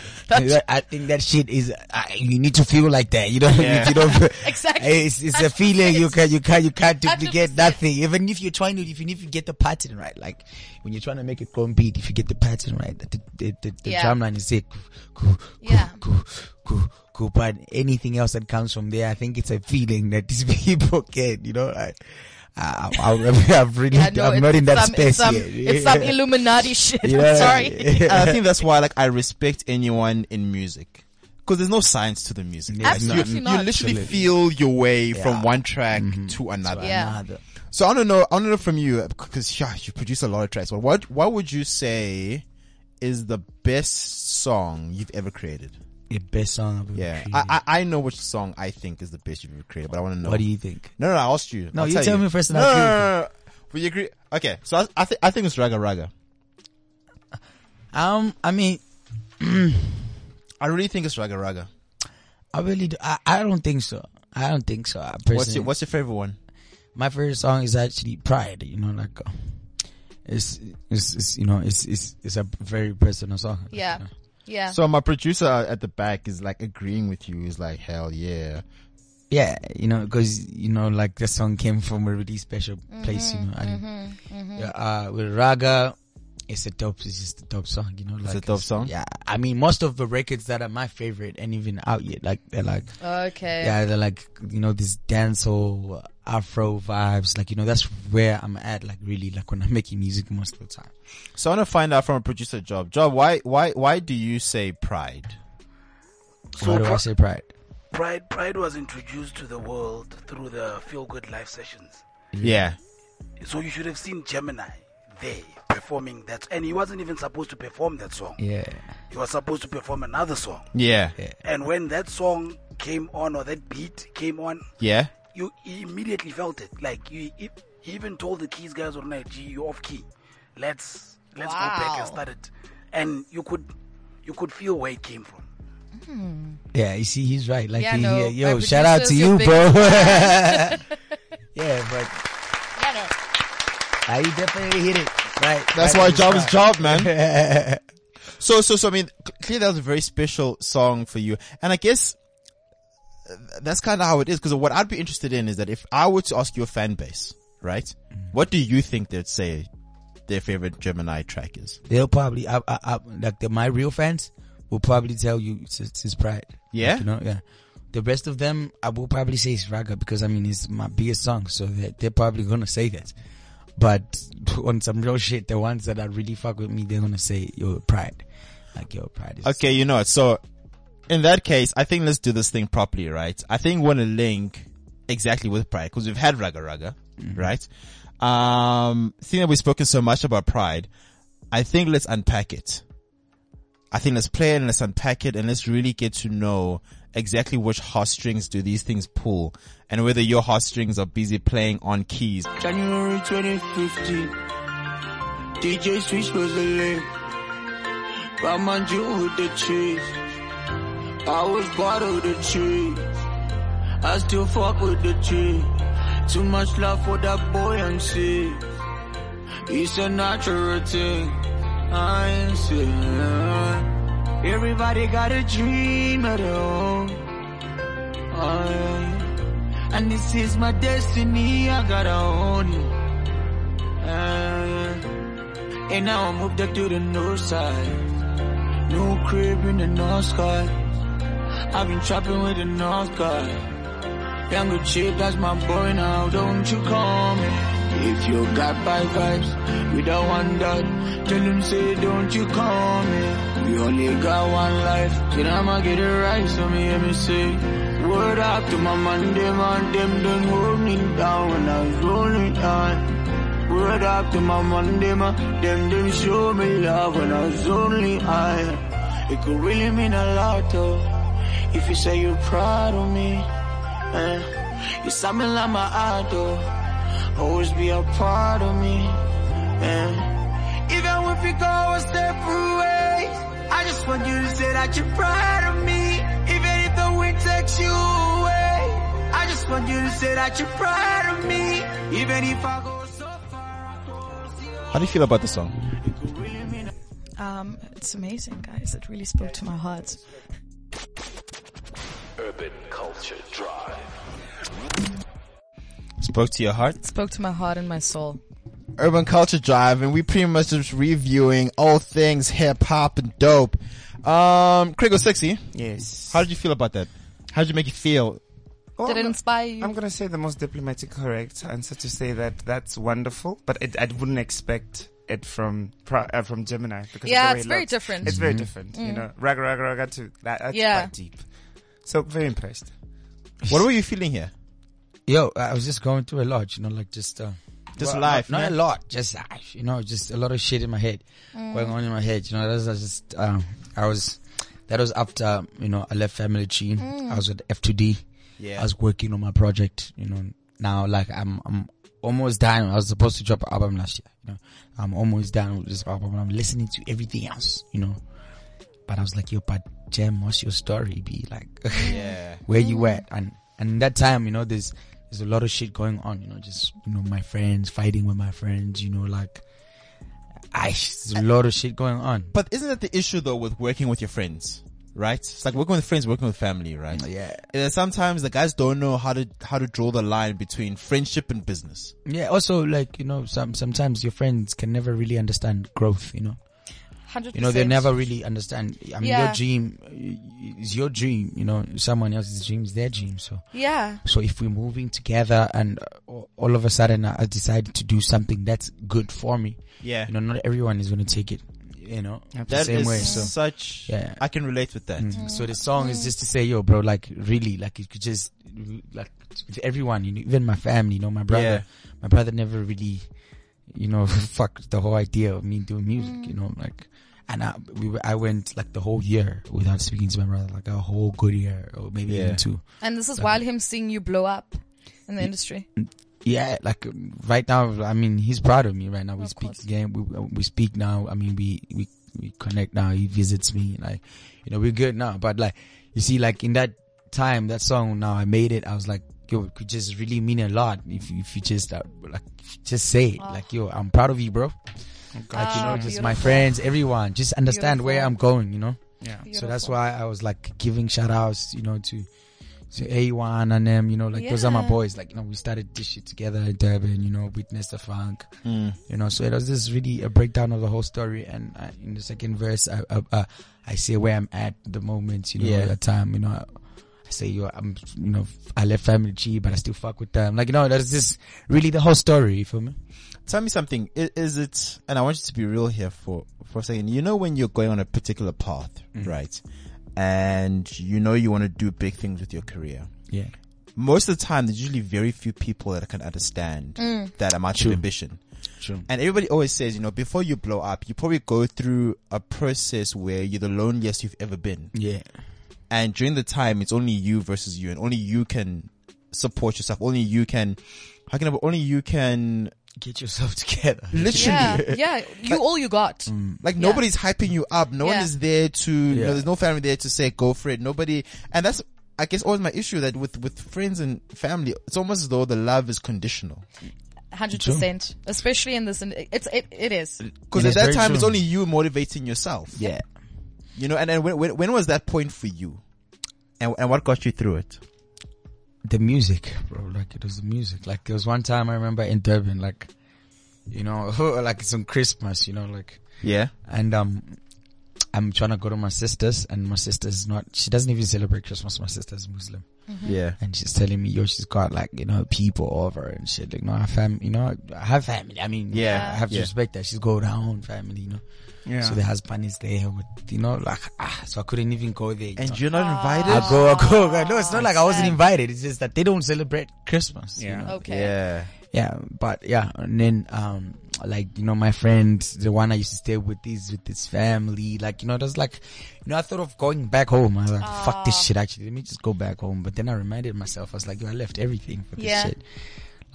I think that shit is, uh, you need to feel like that. You don't, if
(laughs)
you don't, feel-
Exactly.
It's, it's a
That's
feeling you
it.
can, you can, you can't duplicate
100%.
nothing. Even if you're trying to, even if you get the pattern right, like when you're trying to make a chrome beat, if you get the pattern right, the, the, the, the
Yeah.
drum line is there, coo, coo,
Yeah.
coo, coo, coo, but anything else that comes from there, I think it's a feeling that these (laughs) people get, you know, I, I, I, I've really,
Yeah, no,
I'm
it's-
not in
it's
that
some,
space
It's some,
yet.
it's
(laughs)
some Illuminati shit.
You
I'm
know what (laughs) I
sorry. Uh,
mean?
and I think that's why like I respect anyone in music. Cause there's no science to the music.
Yeah,
you,
Absolutely
you
not.
literally
Absolutely.
feel your way
Yeah.
from one track to another.
Yeah.
Another.
So I don't know. I don't know from you because yeah, you produce a lot of tracks. But what what would you say is the best song you've ever created?
The best song I've ever
Yeah,
created.
I, I I know which song I think is the best you've ever created, but I want to know.
what do you think?
No, no, I asked you.
No,
I'll
you tell me first and
No,
I'll
no,
agree with
no, no, no. We agree. Okay, so I, I think I think it's Raga Raga.
Um, I mean,
I really think it's Raga Raga.
I really, do, I, I don't think so. I don't think so. I
What's
personally-
your What's your favorite one?
my favorite song is actually Pride. You know, like uh, it's, it's it's you know it's it's it's a very personal song. like,
Yeah.
you know.
Yeah.
So my producer at the back is like agreeing with you. He's like, hell yeah.
yeah, you know, because you know, like the song came from a really special place. You know, I didn't, Yeah, uh, with Raga, it's a dope. It's just a dope song. You know, like
a dope song?
Yeah, I mean, most of the records that are my favorite and even out yet, like they're like
okay.
yeah, they're like you know this dancehall Afro vibes. Like you know, that's where I'm at. Like really, like when I'm making music most of the time.
So I want to find out from a producer, Job. Job, why why why do you say pride?
Why do I
pri-
say Pride?
Pride, Pride was introduced to the world through the Feel Good Live sessions.
Yeah.
So you should have seen Gemini there performing that, and he wasn't even supposed to perform that song.
Yeah.
He was supposed to perform another song.
Yeah.
And when that song came on, or that beat came on,
Yeah.
you he immediately felt it. Like you, he he even told the keys guys on night, "Gee, you're off key. Let's let's go back
Wow.
and start it." And you could you could feel where it came from.
Yeah, you see, he's right. Like,
Yeah,
he-
no,
yeah, yo,
my
shout out to
producer's your
you, bro. (laughs) yeah, but
Yeah, no.
uh, you definitely hit it. Right.
That's
right
why
in the
Job is
spot.
Job, man. (laughs) so so so I mean, cl- clearly that was a very special song for you, and I guess uh, that's kind of how it is. Because what I'd be interested in is that if I were to ask your fan base, right, what do you think they'd say their favorite Gemini track is?
They'll probably, I, I, I, like, the, my real fans will probably tell you it's, it's his pride.
Yeah?
Like, you know, yeah. The rest of them, I will probably say it's Raga because I mean, it's my biggest song, so they're, they're probably gonna say that. But (laughs) on some real shit, the ones that are really fuck with me, they're gonna say your pride. Like, your pride is.
Okay, you know it. So, in that case, I think let's do this thing properly, right? I think we want to link exactly with pride because we've had Raga Raga, right? Um, seeing that we've spoken so much about pride, I think let's unpack it. I think let's play it and let's unpack it and let's really get to know exactly which heartstrings do these things pull and whether your heartstrings are busy playing on keys.
January 2015. DJ Switch was the link. Found my jewel with the cheese. I was part of the tree. I still fuck with the tree.
Too much love for that buoyancy. It's a natural thing. I ain't saying. Everybody got a dream at home. Aye. and this is my destiny. I gotta own it. Aye. and now I moved up to the north side. New crib in the north sky. I've been trapping with the north guy. Younger chick, that's my boy now, don't you call me. If you got bad vibes, we don't want that. Tell him say, don't you call me. We only got one life, then I'ma get it right, so me let me say. Word out to my man, them and them don't hold me down when I was rolling down. Word out to my man, them and them them show me love when I was only I. It could really mean a lot though, if you say you're proud of me. Eh, you're something like my idol. Always be a part of me. Eh, even if we go a separate ways, I just want you to say that you're proud of me. Even if the wind takes you away, I just want you to say that you're proud of me. Even if I go so far, I go
How do you feel about the song?
Um, it's amazing, guys. It really spoke to my heart.
Urban Culture Drive.
Spoke to your heart?
Spoke to my heart and my soul.
Urban Culture Drive, and we pretty much just reviewing all things hip hop and dope. Um, Craig was sexy.
Yes.
How did you feel about that? How did you make you feel?
Oh,
Did it
I'm-
inspire you?
I'm gonna say the most diplomatic correct answer to say that that's wonderful, but it, I wouldn't expect it from Pro- uh, from Gemini because
Yeah,
of the way
it's
it
very
looks.
different. Mm.
It's very
Mm-hmm.
different, you know. Raga raga raga too. That, that's
Yeah.
quite deep. So very impressed.
What were you feeling here?
Yo, I was just going through a lot, you know, like just uh,
Just
well,
life,
Not, not
man.
a lot, just life, you know, just a lot of shit in my head going on in my head. You know, that was, I was just um, I was that was after you know I left family tree. I was with F2D.
Yeah.
I was working on my project. You know, now like I'm I'm almost done. I was supposed to drop an album last year. You know, I'm almost done with this album. I'm listening to everything else. You know, but I was like, yo, but Jam, what's your story? Be like, (laughs)
yeah.
where you at and and that time you know there's there's a lot of shit going on you know just you know my friends fighting with my friends you know like I, there's a lot of shit going on
But isn't that the issue though with working with your friends? Right? It's like working with friends, working with family, right?
yeah
And then sometimes the guys don't know how to, how to draw the line between friendship and business.
yeah also like you know some sometimes your friends can never really understand growth you know
100%.
you know they never really understand i mean
Yeah.
your dream uh, is your dream you know someone else's dream is their dream so
Yeah.
So if we're moving together and uh, all of a sudden I I decide to do something that's good for me,
Yeah.
you know, not everyone is going to take it, you know, the
That
same
is
way. So,
such,
Yeah.
I can relate with that.
Mm. so the song is just to say, yo, bro, like really, like you could just, like with everyone, you know, even my family, you know, my brother, my brother never really, you know, (laughs) fucked the whole idea of me doing music, you know, like, and I, we were, I went like the whole year without speaking to my brother, like a whole good year or maybe
Yeah.
even two.
And this is while him seeing you blow up in the
(laughs)
industry.
yeah, like um, right now, I mean, he's proud of me right now. We
Of
speak
course.
again. We we speak now. I mean, we we we connect now. He visits me. Like, you know, we're good now. But like, you see, like in that time, that song, now I made it. I was like, yo, it could just really mean a lot if you- if you just uh, like just say it. Like, yo, I'm proud of you, bro. Like, you know,
Ah,
just
beautiful.
my friends, everyone, just understand where
Beautiful.
I'm going. You know.
Yeah.
So that's
Beautiful.
why I was like giving shout outs, you know, to to A1 and them, you know, like those are my
Yeah.
boys. Like, you know, we started this shit together in Durban, you know, witness the funk,
Hmm.
you know. So it was just really a breakdown of the whole story. And uh, in the second verse, I, I, I, I say where I'm at the moment, you know,
Yeah.
at the time, you know. I, I say, yo, I'm, you know, I left family G, but I still fuck with them. Like, you know, that's just really the whole story for me.
Tell me something. Is, is it, and I want you to be real here for, for a second. You know, when you're going on a particular path, right? And you know, you want to do big things with your career.
Yeah.
Most of the time, there's usually very few people that can understand that amount
True.
of ambition.
True.
And everybody always says, you know, before you blow up, you probably go through a process where you're the loneliest you've ever been.
Yeah.
And during the time, it's only you versus you and only you can support yourself. Only you can, how can I, only you can
Get yourself (laughs) together.
literally
Yeah. Yeah. You all you got.
Like nobody's hyping you up. No one
Yeah.
is there to. You know,
Yeah.
there's no family there to say go for it. Nobody, and that's I guess always my issue that with with friends and family, it's almost as though the love is conditional.
Hundred percent, especially in this. It's it, it is.
Because
It
at
is
that
very
time, it's
true.
only you motivating yourself.
Yeah.
You know, and, and when, when when was that point for you, and and what got you through it?
the music, bro. Like it was the music. Like there was one time I remember in Durban, like you know, (laughs) like it's on Christmas, you know, like
Yeah.
and um, I'm trying to go to my sister's, and my sister's not. She doesn't even celebrate Christmas. My sister's Muslim,
Yeah.
and she's telling me, yo, she's got like you know people over and shit. Like, no, I have fam, you know, I have family. I mean,
Yeah.
I have to
Yeah.
respect that. She's got her own family, you know.
Yeah.
So the husband is there with, you know, like ah, so I couldn't even go there. you know.
And you're not invited.
I go, I go. No, it's not like I wasn't invited. It's just that they don't celebrate Christmas. you
Yeah.
know?
Okay.
Yeah.
Yeah, but yeah, and then um, like you know, my friend, the one I used to stay with, is with his family. Like you know, it was like, you know, I thought of going back home. I was like, fuck this shit. Actually, let me just go back home. But then I reminded myself, I was like, yo, I left everything for this
Yeah.
shit.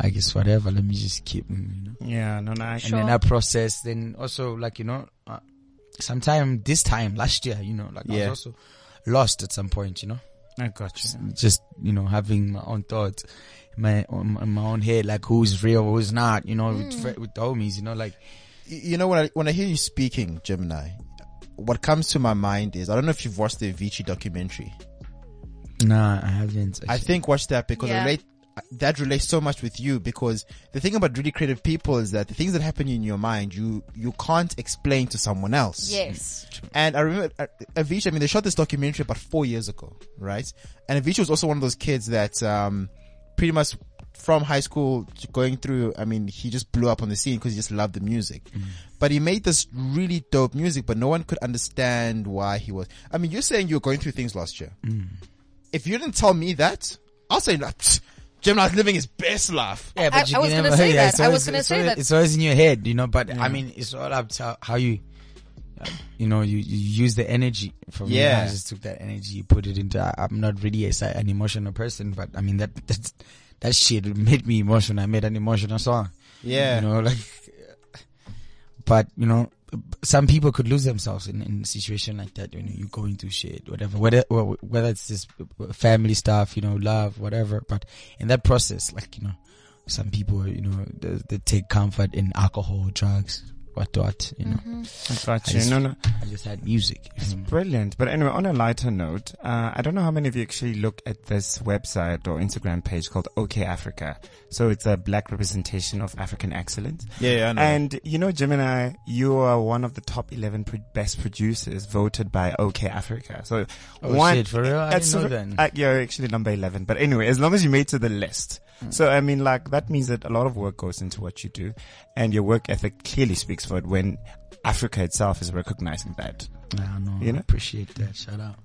Like it's whatever. Let me just keep, mm, you know.
Yeah, no, no, I,
And then I process. Then also like you know, uh, sometime this time last year, you know, like I
Yeah.
was also lost at some point, you know
I got you.
just you know having my own thoughts my on on my own head like who's real who's not you know
Hmm.
with, fri- with the homies you know like
Y- You know when I when I hear you speaking, Gemini, what comes to my mind is I don't know if you've watched the Avicii documentary.
nah i haven't
I think watch that because I
Yeah.
relate that relates so much with you because the thing about really creative people is that the things that happen in your mind you you can't explain to someone else.
Yes.
And I remember uh, Avicii. I mean, they shot this documentary about four years ago, right? And Avicii was also one of those kids that um, pretty much from high school to going through. I mean, he just blew up on the scene because he just loved the music. But he made this really dope music, but no one could understand why he was. I mean, you're saying you were going through things last year. If you didn't tell me that, I'll say, like, "Psh, Gemini's living his best life.
(laughs) yeah,
I- I was gonna say that. I was gonna
it's
say
always,
that.
It's always in your head, you know. But I mean, it's all up to how you, you know, you, you use the energy. For me,
Yeah.
I just took that energy, put it into. I, I'm not really a, an emotional person, but I mean that (laughs) that that shit made me emotional. I made an emotional song.
Yeah.
you know, like. But you know, some people could lose themselves in, in a situation like that. You know, you going through shit, whatever, whether whether it's this family stuff, you know, love, whatever. But in that process, like you know, some people, you know, they, they take comfort in alcohol, drugs, what what. You know,
I got
I
you.
just-
No, no.
I just had music. you know.
Brilliant. But anyway, on a lighter note, uh, I don't know how many of you actually look at this website or Instagram page called OK Africa. So it's a black representation of African excellence.
Yeah, yeah, I
Mm.
know.
And you know, Gemini, you are one of the top 11 pro- best producers voted by OK Africa. So
Oh,
one
shit, for real? I
that's
didn't know
ver-
then.
uh, you're actually number 11. But anyway, as long as you made to the list.
Mm.
So, I mean, like, that means that a lot of work goes into what you do. And your work ethic clearly speaks for it when Africa itself is recognizing that.
I know.
You know?
I appreciate that. Shout out.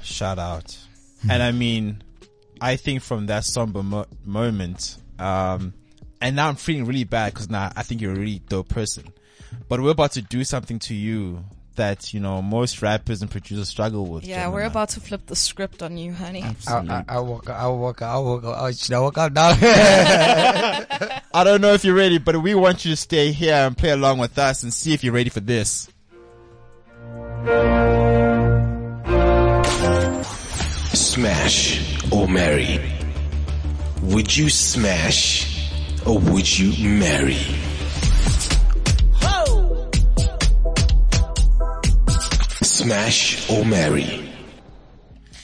Shout out. And I mean, I think from that somber mo- moment, um, and now I'm feeling really bad because now I think you're a really dope person, but we're about to do something to you that, you know, most rappers and producers struggle with.
Yeah, we're
Gemini.
about to flip the script on you, honey.
I, I, I walk out. I walk out. I walk out. Oh, Should I walk out now? (laughs)
I don't know if you're ready, but we want you to stay here and play along with us and see if you're ready for this.
Smash or marry? Would you smash or would you marry? Smash or marry?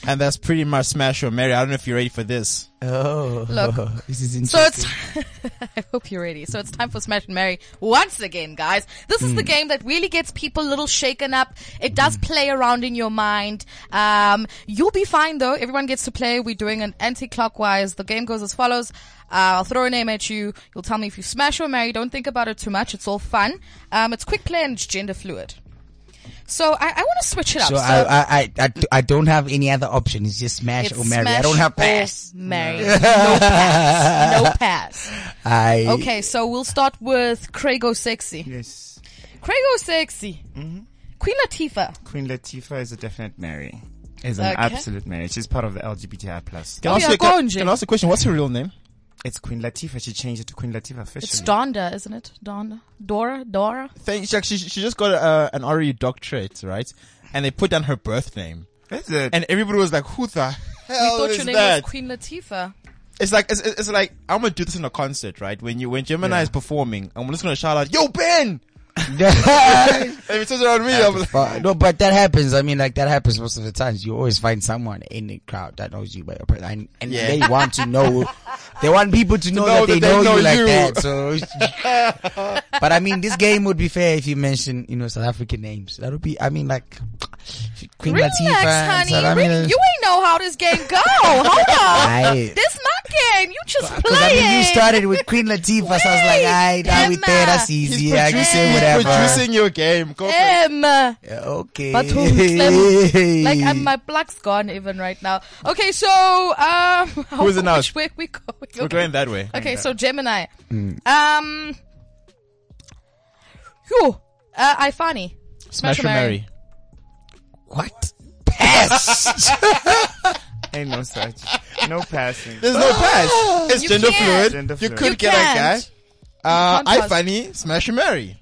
And that's pretty much Smash or Mary. I don't know if you're ready for this.
oh,
Look.
(laughs) this is
So
interesting.
it's. (laughs) I hope you're ready. So it's time for Smash and Marry once again, guys. This
Hmm.
is the game that really gets people a little shaken up. It does play around in your mind. Um, you'll be fine though. Everyone gets to play. We're doing an anti-clockwise. The game goes as follows. Uh, I'll throw a name at you. You'll tell me if you smash or marry. Don't think about it too much. It's all fun. Um, it's quick play and it's gender fluid. So I, I want to switch it up.
So I, I, I, I, do- I don't have any other option. It's just smash
it's
or marry. I
smash
don't have
or
pass.
Marry.
(laughs)
No pass. No pass.
I
(laughs)
(laughs)
Okay, so we'll start with Craigo Sexy.
Yes.
Craigo Sexy.
Mm-hmm.
Queen Latifah.
Queen Latifah is a definite Mary. Is an
Okay.
absolute Mary. She's part of the LGBTI plus.
Can,
Oh,
I, ask
yeah,
you, can,
Gonje.
can I ask you a question? What's your real name?
It's Queen Latifah. She changed it to Queen Latifah officially.
It's Donda, isn't it? Donda. Dora? Dora?
Thank, she, actually- she just got uh, an RE doctorate, right? And they put down her birth name.
Is it?
And everybody was like, who the
Oh,
hell
we thought
is
your name
that?
was Queen Latifah.
It's like it's, it's it's like I'm gonna do this in a concert, right? When you when Gemini is performing, I'm just gonna shout out, "Yo, Ben!" If it turns around to me, I'm like,
But- no, but that happens. I mean, like that happens most of the times. You always find someone in the crowd that knows you by your person, and, and
Yeah.
they want to know. They want people to know,
know
that they,
that they
know,
know
you like
you.
that.
(laughs)
So, but I mean, this game would be fair if you mention, you know, South African names. That would be. I mean, like Queen
Relax,
Latifah. and
honey.
South
Re-
Africa.
you ain't know how this game go.
(laughs)
Hold on.
Aye.
This my game. You just
'Cause I
playing.
mean, you started with Queen Latifah, so I was like,
Wait,
"Aye, now we there.
Emma.
That's
he's
easy. I can
producing-
say
he's (laughs)
whatever."
producing your game. Go for it.
Um,
Yeah, Okay.
But who Clem? Like
(laughs)
and my plug's gone even right now. Okay, so (laughs) um,
Who's it now?
Which way we going?
We're going that way.
Okay, so Gemini. Um, whew, uh, Ifani. Smash or marry.
what? Pass.
Ain't no such.
(laughs)
No passing.
There's no pass. It's
You
gender
can't.
fluid.
Gender
You
fluid.
could
You
get
can't.
a guy.
You
Uh,
can't
I
pass.
funny smash or marry.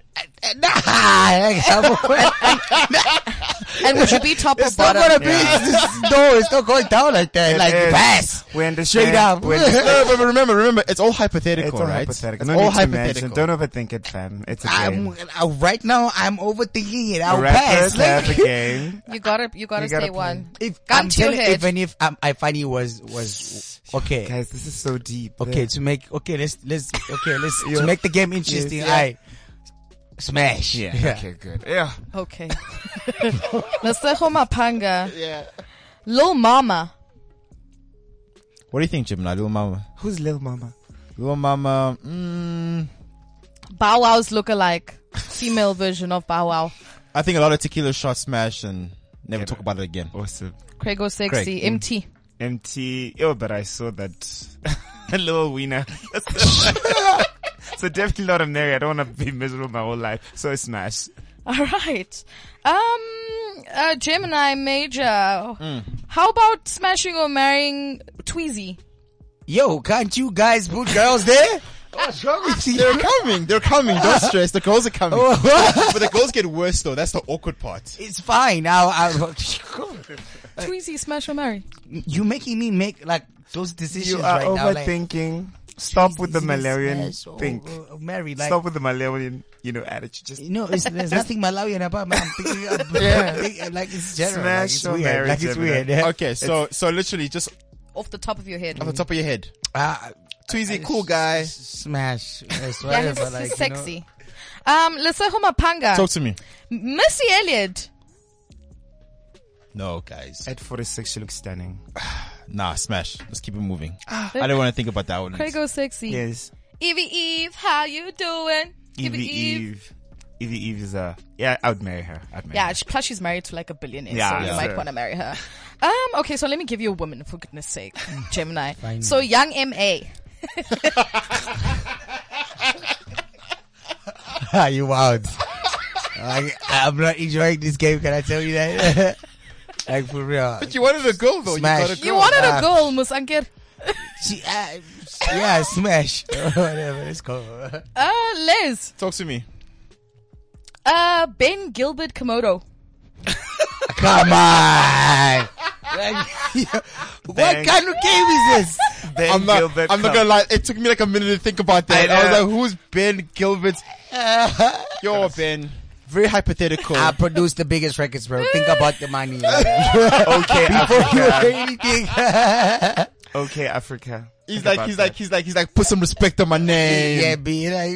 nah, I have a-
And would
(laughs)
you be top or
it's not
bottom?
gonna be. it's- no, it's not going down like that. like
is.
pass.
We understand.
Straight up. (laughs)
We understand.
(laughs) No, but remember, remember, it's all
It's
hypothetical,
all
right?
hypothetical.
It's
No
all
need to mention.
hypothetical.
Don't overthink it, fam. It's a
I'm,
game.
uh, right now, I'm overthinking it. I'll (laughs)
Rappers
pass. Like,
have a game.
You gotta, you gotta
You gotta
say one.
if
Gun
I'm
to your
telling,
head.
even if um, I find it was was okay,
Guys, this is so deep.
okay to make okay. Let's let's okay. Let's to
Yeah.
make the game interesting.
Yeah.
I smash.
Yeah. Okay, good. Yeah.
Okay.
(laughs)
Mr. Homapanga. Yeah. Lil Mama.
What do you think, Gemini? Little mama.
Who's Lil Mama?
Little mama. Mm,
Bow Wow's lookalike. Female version of Bow Wow.
I think a lot of tequila shots smash and never talk about it again.
Awesome.
Craig O sexy.
Craig.
MT.
MT. Oh, but I saw that (laughs) little wiener. (laughs) so definitely not a Mary. I don't want to be miserable my whole life. So it's smash.
All right. Um, uh, Gemini Major. How about smashing or marrying Tweezy?
Yo, can't you guys put girls there?
They're coming. They're coming. (laughs) Don't stress. The girls are coming. Oh, (laughs) but the girls get worse though. That's the awkward part.
It's fine. I'll, I'll,
Tweezy, smash or marry?
you making me make like those decisions
You are
right now. Like,
overthinking. Stop with the
Is oh, it a
Malawian
smash or-
think.
or- or Marry, like,
Stop with the Malawian, you know, attitude. Just
No, it's, there's
(laughs)
nothing Malawian about me. I'm thinking, I'm, (laughs) I'm like it's general,
Smash or
like it's weird,
marry,
like it's
Gemini.
weird.
Okay, so so literally just
Off the top of your head.
off the top of your head, Uh,
Ah,
Tweezy, cool
(laughs)
guy.
smash, yes,
Yeah,
whatever.
he's-
like,
he's
you know.
sexy. Um, Lesego Mapanga.
Talk to me.
Missy Elliott.
No, guys.
at 46, she looks stunning.
Nah, smash. Let's keep it moving. I don't want to think about that one.
Craig O sexy.
Yes.
Evie Eve, how you doing?
Evie Eve. Evie Eve is a, yeah, I would marry her. I'd marry
Yeah,
her.
she- plus she's married to like a billionaire,
Yeah,
so you
yeah.
might
Sure.
want to marry her. Um, okay, so let me give you a woman for goodness
(laughs)
sake, Gemini. So young MA.
Ah, you out. like, I'm not enjoying this game. Can I tell you that? (laughs) like for real.
You wanted a girl though.
Smash.
You got a
You
girl.
wanted
ah.
a girl, Musanger.
She, ah, (laughs) yeah, smash. (laughs) whatever. Let's go.
Uh, Les.
Talk to me.
Uh, Ben Gilbert Komodo.
Come on. (laughs) what
Thank-
kind of game is this?
Ben
I'm not.
Gilbert
I'm not
Cup.
gonna lie. It took me like a minute to think about that.
I
I, was
know.
like, "Who's Ben
(laughs)
Gilbert?" Yo, Ben. Very hypothetical.
I produced the biggest records, bro. Think about the money. Like, (laughs)
(laughs) Okay, Africa.
anything.
Okay, Africa.
he's
Think
like,
about
he's
that.
like, he's like, he's like, put some respect on my
yeah,
name.
be like.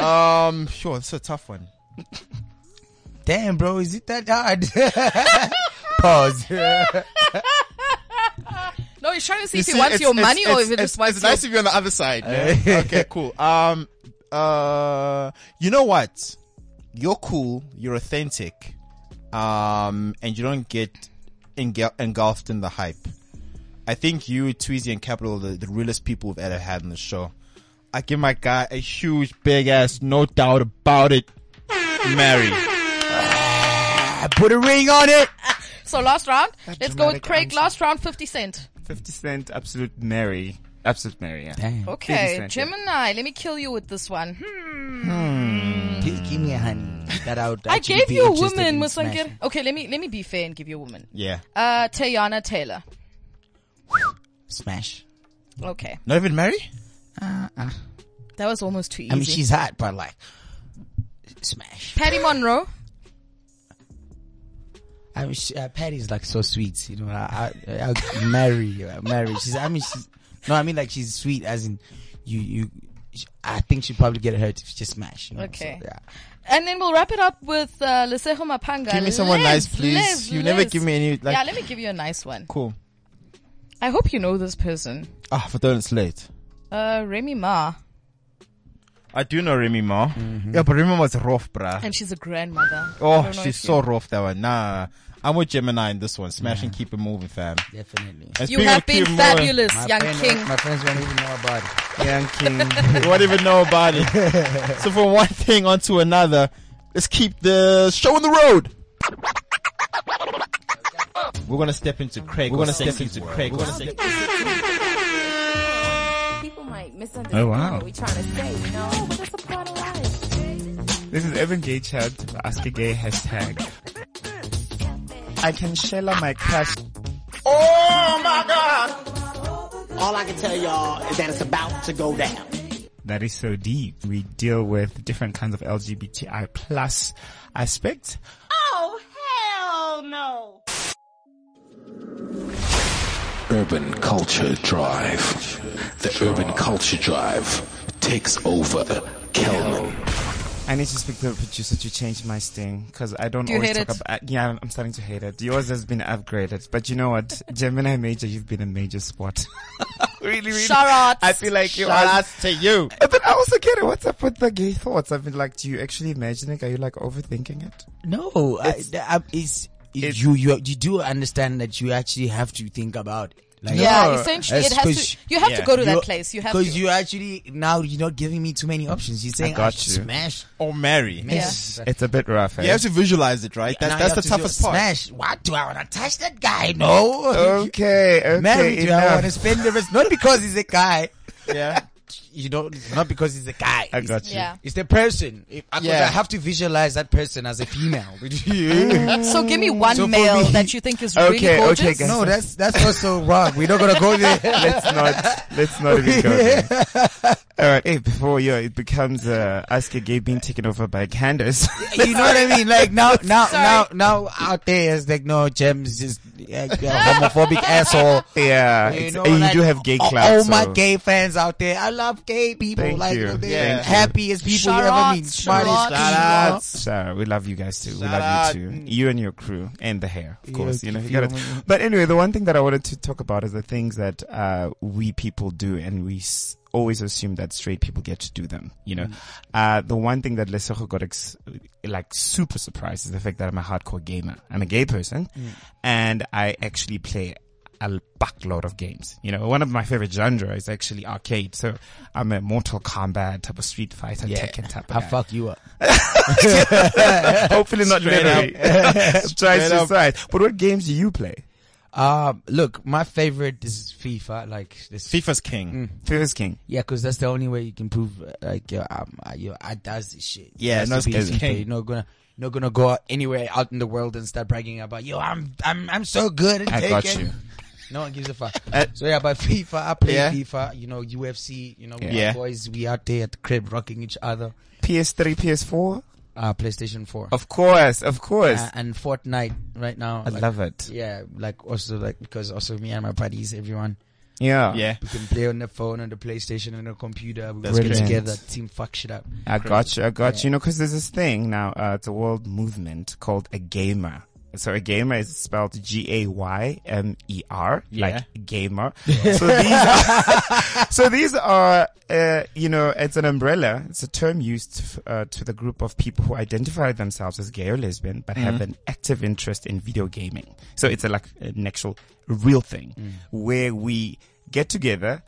Um, sure. It's a tough one.
Damn, bro, is it that hard? Pause.
No, he's trying to see
You
if he
see,
wants
it's-
your
it's-
money or
it's-
if he
it's-
just wants
It's
your
nice if you're on the other side. yeah? (laughs) okay, cool. Um, uh, you know what? You're cool. You're authentic. Um, and you don't get engul- engulfed in the hype. I think you, Tweezy, and Capital are the, the realest people we've ever had on the show. I give my guy a huge, big ass, no doubt about it. Mary.
I (laughs) put a ring on it.
So last round, let's go with
dramatic
Craig.
answer.
Last round, fifty cent.
50 Cent, absolute Mary. Absolute Mary, yeah.
Okay,
Cent, yeah.
Hmm. Gemini. Let me kill you with this one. Hmm.
Please give me a honey.
that I would
I
actually
gave
be
you a
interested
woman,
in
Musanger.
smashing.
Okay, let me let me be fair and give you a woman.
Yeah.
Uh, Tayana Taylor.
Smash.
Okay,
Not even marry?
that was almost too easy.
I mean, she's hot, but like, smash.
Patty Monroe.
I mean, she, uh, Patty's like so sweet, you know. I, I, I'll marry her. I'll marry. She's. I mean, she's. No, I mean like she's sweet. As in, you you. sh I think she'd probably get hurt if she just smash. You know?
Okay.
So, yeah.
And then we'll wrap it up with uh, Lesego Mapanga.
Give me someone
Les,
nice, please.
Les,
you never
Les.
give me any, like,
yeah, let me give you a nice one.
cool.
I hope you know this person.
Ah, for don't it's late.
Uh, Remy Ma,
I do know Remy Ma. Yeah, but Remy Ma's rough, bruh.
and she's a grandmother. I
oh,
don't know
she's
if
so rough that one. Nah. I'm with Gemini in this one. Smash and keep it moving, fam.
Definitely.
And
You, you
speaking
have
of
been
keep it moving, (laughs)
fabulous, young
friend-
king.
My friends don't even know about it.
Young King.
(laughs)
We won't even know about
(laughs)
it. so from one thing onto another, let's keep the show on the road. We're gonna step into Craig. We're gonna step into Craig. We're gonna step
People might
Oh,
misunderstand
wow.
what we trying to say, you know? But that's a part of life.
this is Evan Gay Chad. Ask a gay hashtag. I can shell out my crush.
Oh, All I can tell y'all is that it's about to go down.
That is so deep. We deal with different kinds of LGBTI plus aspects.
Urban Culture Drive. The Urban Culture Drive takes over Kelman.
I need to speak to the producer to change my sting because I don't
Do you
always
hate
talk
it?
about. Yeah, I'm- I'm starting to hate it. Yours has been upgraded, but you know
(laughs)
what, Gemini Major, you've been a major spot. really, really.
Shout out.
I feel like you
Shout
are.
out to you.
But I also get it. What's up with the gay thoughts? I've been like, do you actually imagine it? Are you like overthinking it?
No, I, th- I, it's,
It's-
you you you do understand that you actually have to think about it. Like,
yeah,
uh,
essentially, it
That's
has
'cause
to. You have
yeah.
to go to that
you're-
place. You have to.
Cause you actually, now you're not giving me too many options. You're saying I,
got
should
you.
smash.
Or marry.
Smash.
Yeah.
It's a bit rough. Eh?
Oh, You have to visualize it, right?
Now
That's that's
you
the
have to do
toughest
a
part.
Smash. What? Do I want to touch that guy? No.
Okay, okay.
Marry, do I
enough.
want to spend the rest? Not because he's a guy.
Yeah.
You know, not because he's a guy.
I
It's-
got you.
yeah.
It's the person. If, I, 'cause
Yeah.
I have to visualize that person as a female. (laughs)
So give me one
So for
male
me-
that you think is
Okay,
really
okay,
gorgeous.
guys.
no, that's that's (laughs) also wrong. We're not gonna go there.
(laughs) let's not let's not even go there. All right, hey, before you it becomes uh, Ask a Gay being taken over by Candace.
you know what I mean? Like now, now,
Sorry.
now, now, out there is like, no, Jem's just
(laughs)
yeah, homophobic asshole.
(laughs) yeah,
You
it's-
know,
and you
like,
do have gay
all-
clouds.
All my
so-
gay fans out there, I love gay people.
Thank
like
you.
they're
Thank you.
happy as people
Shout
you ever
out,
meet.
shout
Smartest
out.
people.
Shout out.
Sarah, we love you guys too. we
Shout
love
out.
you too. You and your crew and the hair, of
Yeah,
course. You know, you
keep
got it.
going.
But anyway, the one thing that I wanted to talk about is the things that uh, we people do, and we s- always assume that straight people get to do them. You know, uh, the one thing that Lesotho got ex- like super surprised is the fact that I'm a hardcore gamer. I'm a gay person, and I actually play a buckload of games. You know, one of my favorite genre is actually arcade. So I'm a Mortal Kombat type of Street Fighter, Tekken type of
I
guy.
fuck you up.
Hopefully not
Straight
literally. (laughs) Try
(laughs) Straight up.
suicide. But what games do you play?
Um, look, my favorite is FIFA. Like this.
FIFA's king.
First Mm. King.
Yeah, because that's the only way you can prove uh, like your um, uh, your I does this shit.
Yeah,
That's
no,
the
it's
biggest
king.
thing. You're not gonna not gonna go out anywhere out in the world and start bragging about yo, I'm I'm I'm so good. At
I got
Tekken."
you.
No one gives a fuck.
Uh,
so yeah, but FIFA, I play
Yeah.
FIFA. You know, UFC. You know, we
Yeah.
are boys, we out there at the crib rocking each other.
PS3, PS4?
Uh, PlayStation Four.
Of course, of course.
Uh, and Fortnite right now.
I love it.
Yeah, like also like because also me and my buddies, everyone.
Yeah.
Yeah.
We can play on the phone, on the PlayStation, on the computer. We
That's
work
great.
together, team fuck shit up.
I got you. I got you. You know, cause there's this thing now, uh, it's a world movement called a gamer. So a gamer is spelled G-A-Y-M-E-R, E like
(laughs)
gamer. So these are, so these are, uh, you know, it's an umbrella. It's a term used, uh, to the group of people who identify themselves as gay or lesbian, but have an active interest in video gaming. So it's a, like an actual real thing where we get together,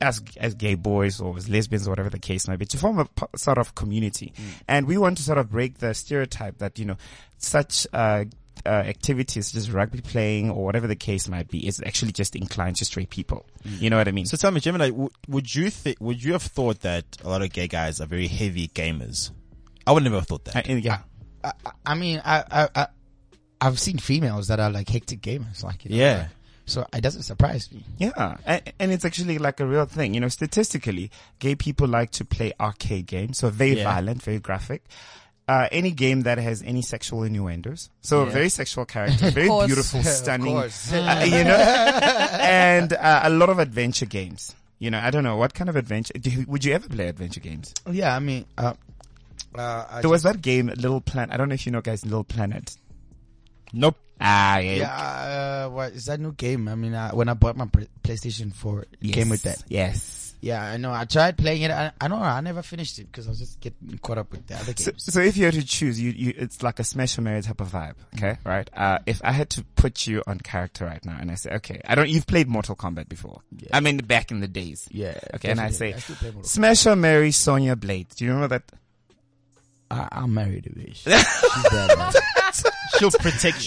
as as gay boys or as lesbians or whatever the case may be, to form a p- sort of community, and we want to sort of break the stereotype that you know such. Uh, uh, activities such as rugby playing or whatever the case might be is actually just inclined to straight people. You know what I mean?
So tell me, Gemini, w- would you th- would
Uh,
you have thought that a lot of gay guys are very heavy gamers? I would never have thought that.
I- yeah,
I, I- I mean, I, I, I, I've seen females that are like hectic gamers, like you know,
Yeah.
like, so it doesn't surprise me.
Yeah, and, and it's actually like a real thing. You know, statistically, gay people like to play arcade games, so very
Yeah.
violent, very graphic. Uh, any game that has any sexual innuendos, so a
Yeah.
very sexual character,
(laughs) Of
very
course.
beautiful,
Of
stunning,
course.
uh, you
(laughs)
know, and uh, a lot of adventure games. You know, I don't know what kind of adventure. Do you, would you ever play adventure games?
Yeah, I mean, uh, uh, I
there was that game, Little Planet. I don't know if you know, guys, Little Planet.
Nope.
Ah, yeah.
Yeah, uh, what is that new game? I mean, uh, when I bought my pl- PlayStation 4, it
Yes,
came with that.
yes.
Yeah, I know. I tried playing it. I, I don't know. I never finished it because I was just getting caught up with the other
So,
games.
so if you had to choose, you, you it's like a Smash or Mario type of vibe, okay? Right? Uh, if I had to put you on character right now, and I say, okay, I don't. You've played Mortal Kombat before. I mean, back in the days.
Yeah.
Okay, and I
definitely.
say,
I still play Mortal Kombat.
Smash or Mary Sonya Blade. Do you remember that?
I, I'll marry the (laughs) bitch.
she'll protect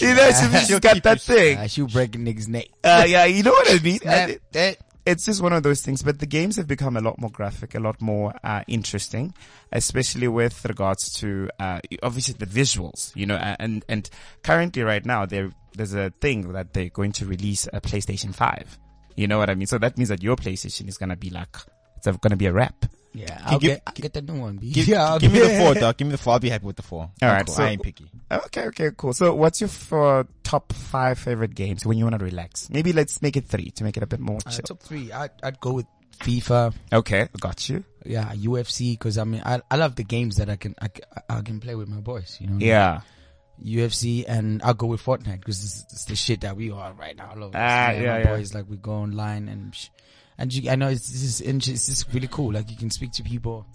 (laughs) you. You know, she- she's got that thing.
Uh, she'll break niggas' neck.
Uh, yeah, you know what I mean.
Snap
And it- it's just one of those things. But the games have become a lot more graphic, a lot more uh, interesting, especially with regards to uh, obviously the visuals. You know, a- and and currently right now there there's a thing that they're going to release a PlayStation Five. You know what I mean? So that means that your PlayStation is gonna be like it's gonna be a wrap.
Yeah,
I'll give-
get, I'll get the new one. B.
Give,
(laughs) yeah,
give me the
I'll-
four, dog. Give me the four. I'll be happy with the four.
All
I'm
right,
cool.
so-
I ain't picky.
Okay, okay, cool. So what's your f- uh, top five favorite games when you want to relax? Maybe let's make it three to make it a bit more
Uh,
chill.
top three. I'd, I'd go with FIFA.
okay, got you.
Yeah, UFC. Because I mean, I, I love the games that I can I, c- I can play with my boys. You know.
Yeah.
UFC and I'll go with Fortnite because it's, it's the shit that we are right now. All over.
Ah, yeah,
Like, my
yeah.
Boys, like we go online and sh- and you, I know it's this is inter- it's just really cool. Like you can speak to people.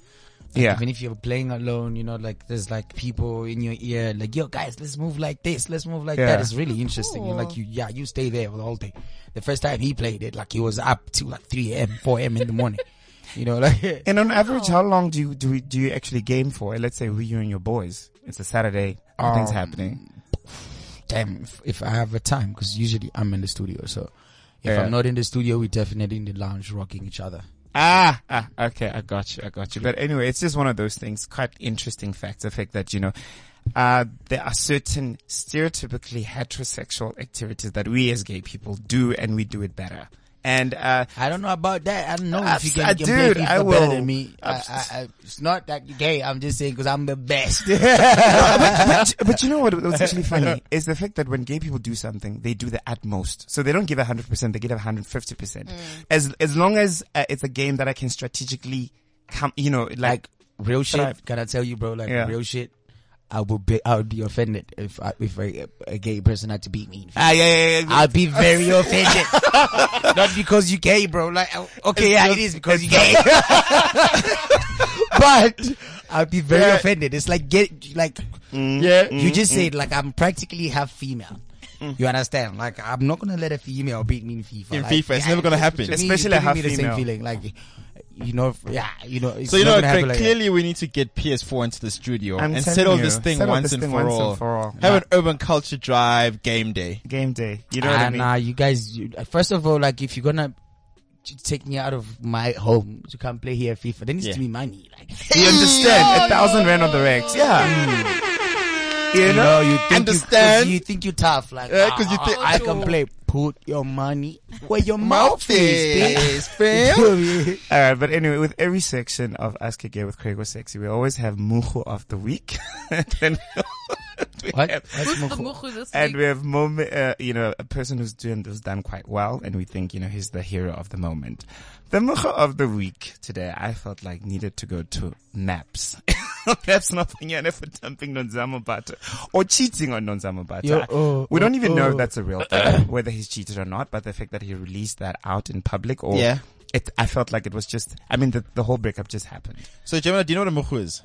Like,
Yeah.
Even if you're playing alone, you know, like there's like people in your ear, like yo guys, let's move like this, let's move like
Yeah.
that. It's really interesting. And, like you, yeah, you stay there for the whole day. The first time he played it, like he was up till like 3 a.m., 4 a.m. in the morning. (laughs) You know, like (laughs)
And on average, how long do you do we, do you actually game for? Let's say you and your boys. It's a Saturday. Nothing's
Um,
happening.
damn if, if I have a time because usually I'm in the studio. So if
Yeah.
I'm not in the studio, we definitely in the lounge rocking each other.
Ah, ah, okay, I got you, I got you. But anyway, it's just one of those things. Quite interesting facts. The fact that you know, uh, there are certain stereotypically heterosexual activities that we as gay people do, and we do it better. And uh,
I don't know about that. I don't know if you can,
I,
can play
dude,
FIFA
I will.
better than me. I,
I'm-
I, I, it's not that you're gay. I'm just saying because I'm the best.
but, but, but you know what what's actually funny is the fact that when gay people do something, they do the utmost. So they don't give 100%, they give 150%. As, as long as uh, it's a game that I can strategically come, you know, like,
real shit. Can I tell you, bro? Like
Yeah.
real shit. I would be. I would be offended if I, if a, a gay person had to beat me.
Ah, yeah, yeah, yeah.
I'd
(laughs)
be very offended. Not because you gay, bro. Like, oh, okay, yeah, it is because you gay. but I'd be very
Yeah.
offended. It's like get like
yeah.
You just
mm,
said
mm.
like I'm practically half female. You understand? Like I'm not gonna let a female beat me in FIFA.
In
Like,
FIFA, it's never gonna happen.
to me,
Especially
it's giving
half
me the
female.
same feeling. Like you know, yeah, you know. It's
So you
not
know,
gonna happen
Craig,
like that.
clearly we need to get PS4 into the studio
I'm
and
telling
settle
you,
this thing,
settle
once,
this
and,
thing
for
once and
all.
for all.
Have
Nah.
an urban culture drive game
(laughs)
day.
Game day. You know what I
Ah,
mean?
Nah, you guys. You, first of all, like if you're gonna t- take me out of my home to come play here at FIFA, there needs to be money. Like
You understand?
Oh,
a thousand rand on the racks. Yeah. You know,
Mm. you
you
think
understand?
You, 'cause you think you're tough, like
Yeah, 'cause you
"Ah,
think-
I can play. Put your money where your mouth (laughs) is, bitch. You feel me?
All right, but anyway, with every section of Ask a Gay with Craig was Sexy, we always have Muhu of the week. (laughs) and then we
What?
have-
Who's the Muhu this
And
week?
we have moment, uh, you know, a person who's doing who's done quite well, and we think you know he's the hero of the moment. The Muhu of the week today, I felt like needed to go to maps. (laughs) That's (laughs) nothing you for dumping Nonzamo Bata or cheating on Nonzamo Bata.
Yo, oh,
we don't even know if
oh.
that's a real
(coughs)
thing, whether he's cheated or not, but the fact that he released that out in public or
Yeah.
it, I felt like it was just, I mean, the, the whole breakup just happened.
So Gemini, do you know what a mukhu is?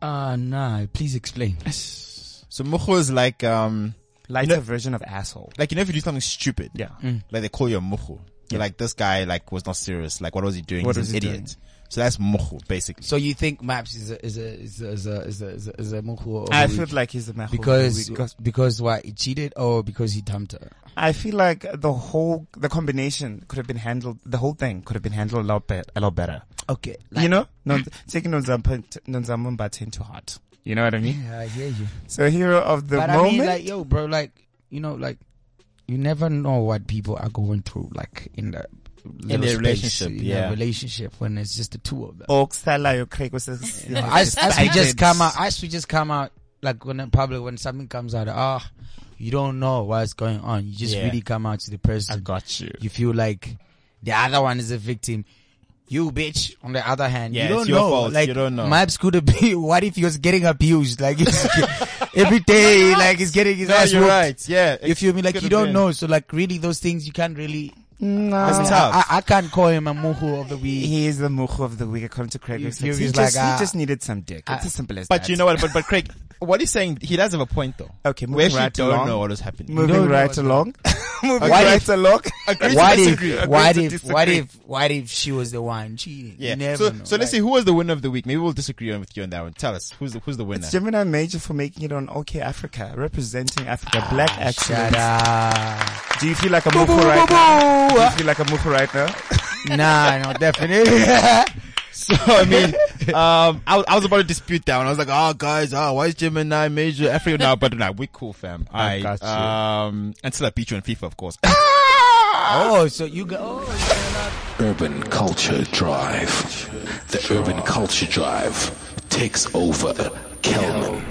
Ah, nah. Please explain.
So mukhu is like um,
lighter version of asshole.
Like you know, if you do something stupid, yeah,
Mm.
like they call you a mukhu. You're Like this guy, like was not serious. Like what was he doing?
What
He's
was
an
he
idiot.
doing?
So that's mukhu, basically.
So you think Maps is a is a is a is a is a, is a, is a Mokhu of
I
the
feel
week?
like he's a Mokhu of the
because
week 'cause-
because why he cheated or because he dumped her.
I feel like the whole, the combination could have been handled, the whole thing could have been handled a lot, be- a lot better.
Okay.
you know, non- taking Nonzamo Nonzamo Mbata into heart. You know what I mean?
Yeah, I hear you.
So hero of the
but
moment.
I mean, like, yo, bro, like, you know, like, you never know what people are going through, like, in the little
their
space,
relationship,
in
yeah.
their relationship when it's just the two of them.
Oksala, yo, Craig was
(laughs)
just-
You know, as, as we just come out, as we just come out, like when in public, when something comes out, ah, you don't know what's going on. You just
Yeah.
really come out to the person. I
got you.
You feel like the other one is a victim. You bitch. On the other hand,
Yeah,
you don't
it's your
know.
fault.
Like,
You don't know.
Mabs could have been. (laughs) What if he was getting abused? Like it's, (laughs) every day, like he's getting his
No,
ass
you're
whooped.
right. Yeah,
you
it
feel me? Like
could
you
have
don't
been.
know. So like really, those things you can't really.
No,
I, mean,
It's tough.
I, I, I can't call him a muhu of the week.
He is the muhu of the week according to Craig.
You-
It's
you-
like, he,
he's
just,
like,
he
ah,
just needed some dick.
ah.
it's as simple as
But
that.
you know what? But but Craig, what he's saying, he does have a point though.
Uh,
Okay,
we
moving
actually
right
don't
along.
know what is happening.
Moving right
(laughs)
along. moving
What
right
if-
along.
what if, what if, what if, what if she was the one cheating?
Yeah.
You never
so
know.
so let's see who was the winner of the week. Maybe we'll disagree on with you on that one. Tell us who's the, who's the winner.
It's Gemini Major for making it on OK Africa, representing Africa.
Ah,
Black excellence.
(laughs)
Do you feel like a
Boo,
muhu
boo,
right
boo,
now?
boo.
Do you feel like a muhu right now?
nah, no, definitely.
so I mean, um, I, was- I was about to dispute that one. I was like, oh guys, oh, why is Gemini major Africa now? But nah, we cool, fam.
I
I,
got you.
um, and still I beat you on FIFA, of
(laughs)
course.
(laughs) oh, so you got, oh,
Urban Culture Drive. The Urban Culture Drive takes over Kelman.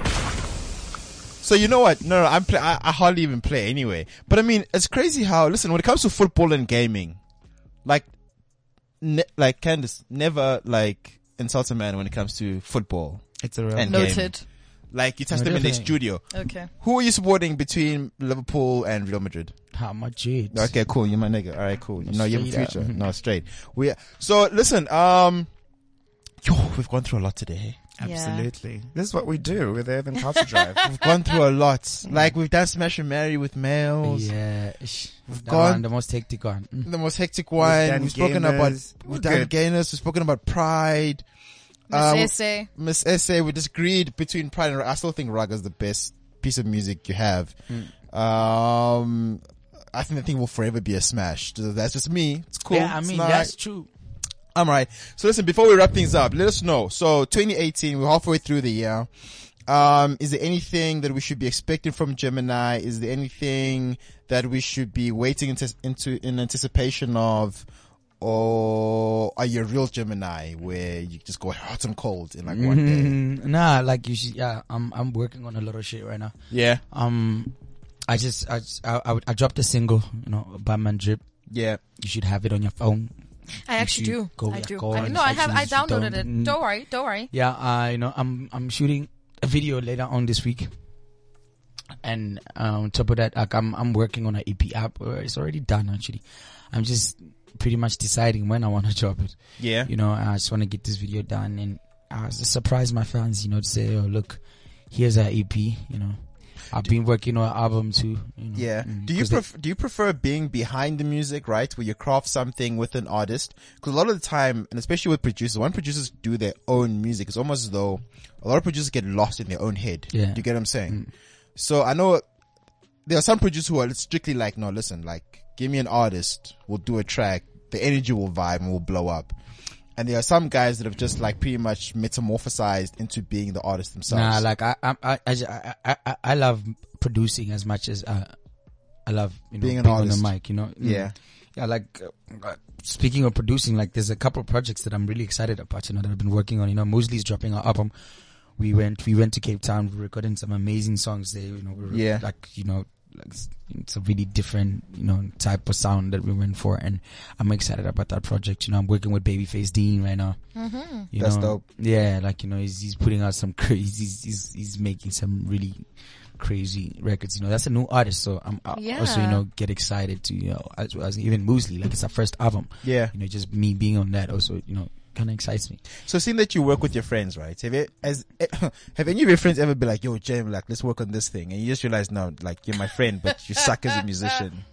So you know what? No, no, I'm play. I, I hardly even play anyway. But I mean, it's crazy how listen when it comes to football and gaming, like, ne- like Candice never like insults a man when it comes to football.
It's a real
and
Noted.
gaming. Like you touch
No,
them in the
definitely.
studio.
Okay.
Who are you supporting between Liverpool and Real Madrid?
how much it?
Okay, cool. You're my nigga. All right, cool. No, you're my
Straight up.
future. No, straight. We so listen. Um, yo, we've gone through a lot today.
Yeah. Absolutely.
This is what we do with the Urban
(laughs)
Culture Drive.
We've gone through a lot. Like we've done Smash and Marry with males.
Yeah. Shh.
We've
That
gone
one, the most hectic one. Mm.
the most hectic
We've
one. We've,
done
spoken
gamers.
about
We're
we've done
good.
gayness. We've spoken about pride. Uh,
Miss
Um,
Essay.
Miss Essay. We disagreed between pride and rag. I still think rag is the best piece of music you have.
Hmm.
Um, I think the thing will forever be a smash. That's just me. It's cool.
Yeah, I
It's
mean,
not-
that's true.
I'm right. So listen, before we wrap things up, let us know. So 2018, we're halfway through the year. Um, is there anything that we should be expecting from Gemini? Is there anything that we should be waiting into, into in anticipation of? Or are you a real Gemini where you just go hot and cold in like one day?
Mm, Nah, like you should, yeah, I'm, I'm working on a lot of shit right now.
Yeah.
Um, I just, I, just- I, I, I dropped a single, you know, Batman Drip.
Yeah.
You should have it on your phone.
I
You
actually
should
do.
go-
I
yeah,
do.
go
I,
on
no, I have.
iTunes,
I
you don't-
downloaded
Mm.
it. Don't worry. Don't worry.
Yeah, uh, you know, I'm I'm shooting a video later on this week, and uh, on top of that, like I'm I'm working on an EP app. Uh, It's already done actually. I'm just pretty much deciding when I want to (laughs) drop it.
Yeah.
you know, I just want to get this video done and uh, s- surprise my fans. You know, to say, oh look, here's our EP. You know, I've been working on an album too. You know,
Yeah.
Mm,
Do you
'cause they-
pref- do you prefer being behind the music, right, where you craft something with an artist? Because a lot of the time, and especially with producers, when producers do their own music, it's almost as though a lot of producers get lost in their own head.
Yeah. Mm.
Do you get what I'm saying? So I know there are some producers who are strictly like, no, listen, like, give me an artist, we'll do a track, the energy will vibe and we'll blow up. And there are some guys that have just like pretty much metamorphosized into being the artist themselves.
Nah, like I, I, I, I, ju- I, I- I, I love producing as much as I, I love you know,
Being
being,
an
on the
artist.
mic. You know, Mm.
Yeah.
yeah. Like uh, uh, speaking of producing, like there's a couple of projects that I'm really excited about. You know, that I've been working on. You know, Mosley's dropping our album. We went, we went to Cape Town. We recorded some amazing songs there. You know, we were,
Yeah.
like you know, like s- it's a really different you know type of sound that we went for, and I'm excited about that project. You know, I'm working with Babyface Dean right now.
Mhm.
You
That's
know,
dope.
yeah, like you know, he's he's putting out some (laughs) crazy. He's, he's he's making some really crazy records. You know, that's a new artist, so I'm I also you
Yeah.
know get excited to you know as well as even Moosley, like it's our first album.
Yeah.
you know, just me being on that also you know kind of excites me.
So seeing that you work with your friends, right? Have you, as eh, (laughs) have any of your friends ever been like, "Yo, Jim, like let's work on this thing," and you just realize, no, like you're my friend, but you suck as a musician.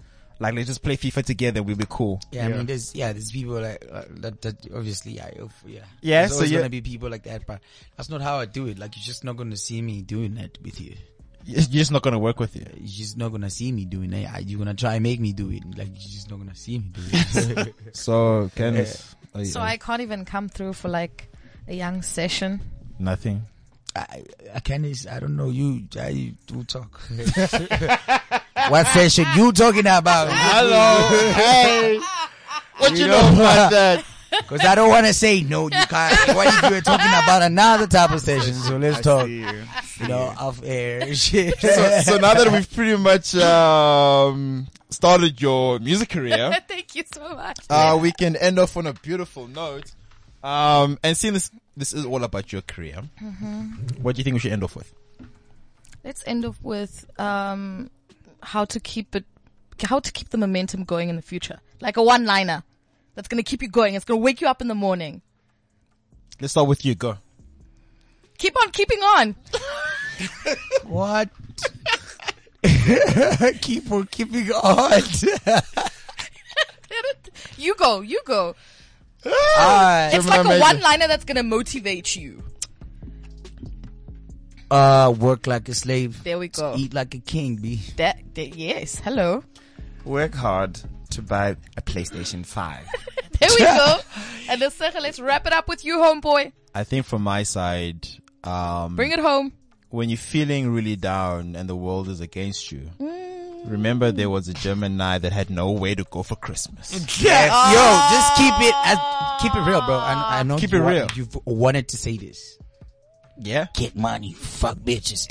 Like let's just play FIFA together. We'll be cool.
Yeah, I mean, there's yeah, there's people like uh, that. That obviously, yeah, if- yeah,
Yeah,
There's
so
always
you-
gonna be people like that, but that's not how I do it. Like, you're just not gonna see me doing that with you.
You're just not gonna work with you.
You're just not gonna see me doing it. Uh, You're gonna try and make me do it. Like, you're just not gonna see me do
(laughs)
it.
So Candice,
So I can't even come through for like a young session.
nothing.
I, I can't. is- I don't know. You, I
(laughs)
do talk. what session you talking about?
(laughs) Hello. Hey. What you
Oh
know (laughs)
(laughs)
about that?
Because I don't want to say no. You (laughs) can't. What you doing talking about another type of session? So let's talk. You know, off (laughs) air shit.
so, so now that we've pretty much um, started your music (laughs) career,
Thank you so much.
uh, we can end off on a beautiful note. Um, and seeing this, this is all about your career.
Mhm.
What do you think we should end off with?
Let's end up with um, how to keep it, how to keep the momentum going in the future.
Like a one liner that's going to keep you going. It's going to wake you up in the morning.
Let's start with you. Go.
Keep on keeping on. (laughs)
what? (laughs) Keep on keeping on.
You go. You go.
right.
it's like
Gemini
a
Major.
one liner that's going to motivate you.
(laughs) Uh, work like a slave.
There we go.
Eat like a king, (laughs) b.
That, that- yes. Hello.
Work hard to
Uh,
buy a PlayStation
(laughs)
5.
There (laughs) we go. And let's let's wrap it up with you, homeboy.
I think from my side, um,
Bring it home.
when you're feeling really down and the world is against you, remember there was a Gemini that had nowhere to go for Christmas.
Yes. Yo, just keep it. I, keep it real, bro. I, I know.
Keep
you
it
wa-
real.
You've wanted to say this.
Yeah.
Get money, you fuck bitches.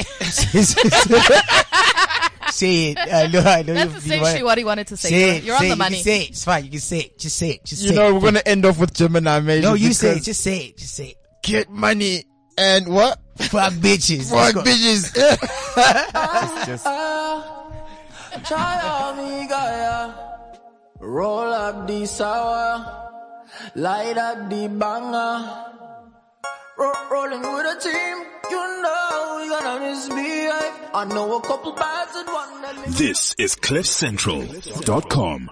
say it. I know. I know.
That's
you've
essentially
been wanting-
what he wanted to say.
Say it,
You're on the
say it, you can
money.
say it. It's fine. You can say it. Just say it. Just
You
say
know,
it.
we're going to end off with Gemini Major.
No, you say it.
because
Just say it. Just say it.
Get money and what?
Fuck bitches.
Fuck
Let's go.
bitches.
Try me, Gaia. Roll up the sour. Light up the banger. Ro- rolling with a team. You know we gonna misbehave. I know a couple bads and one that
This is CliffCentral.com.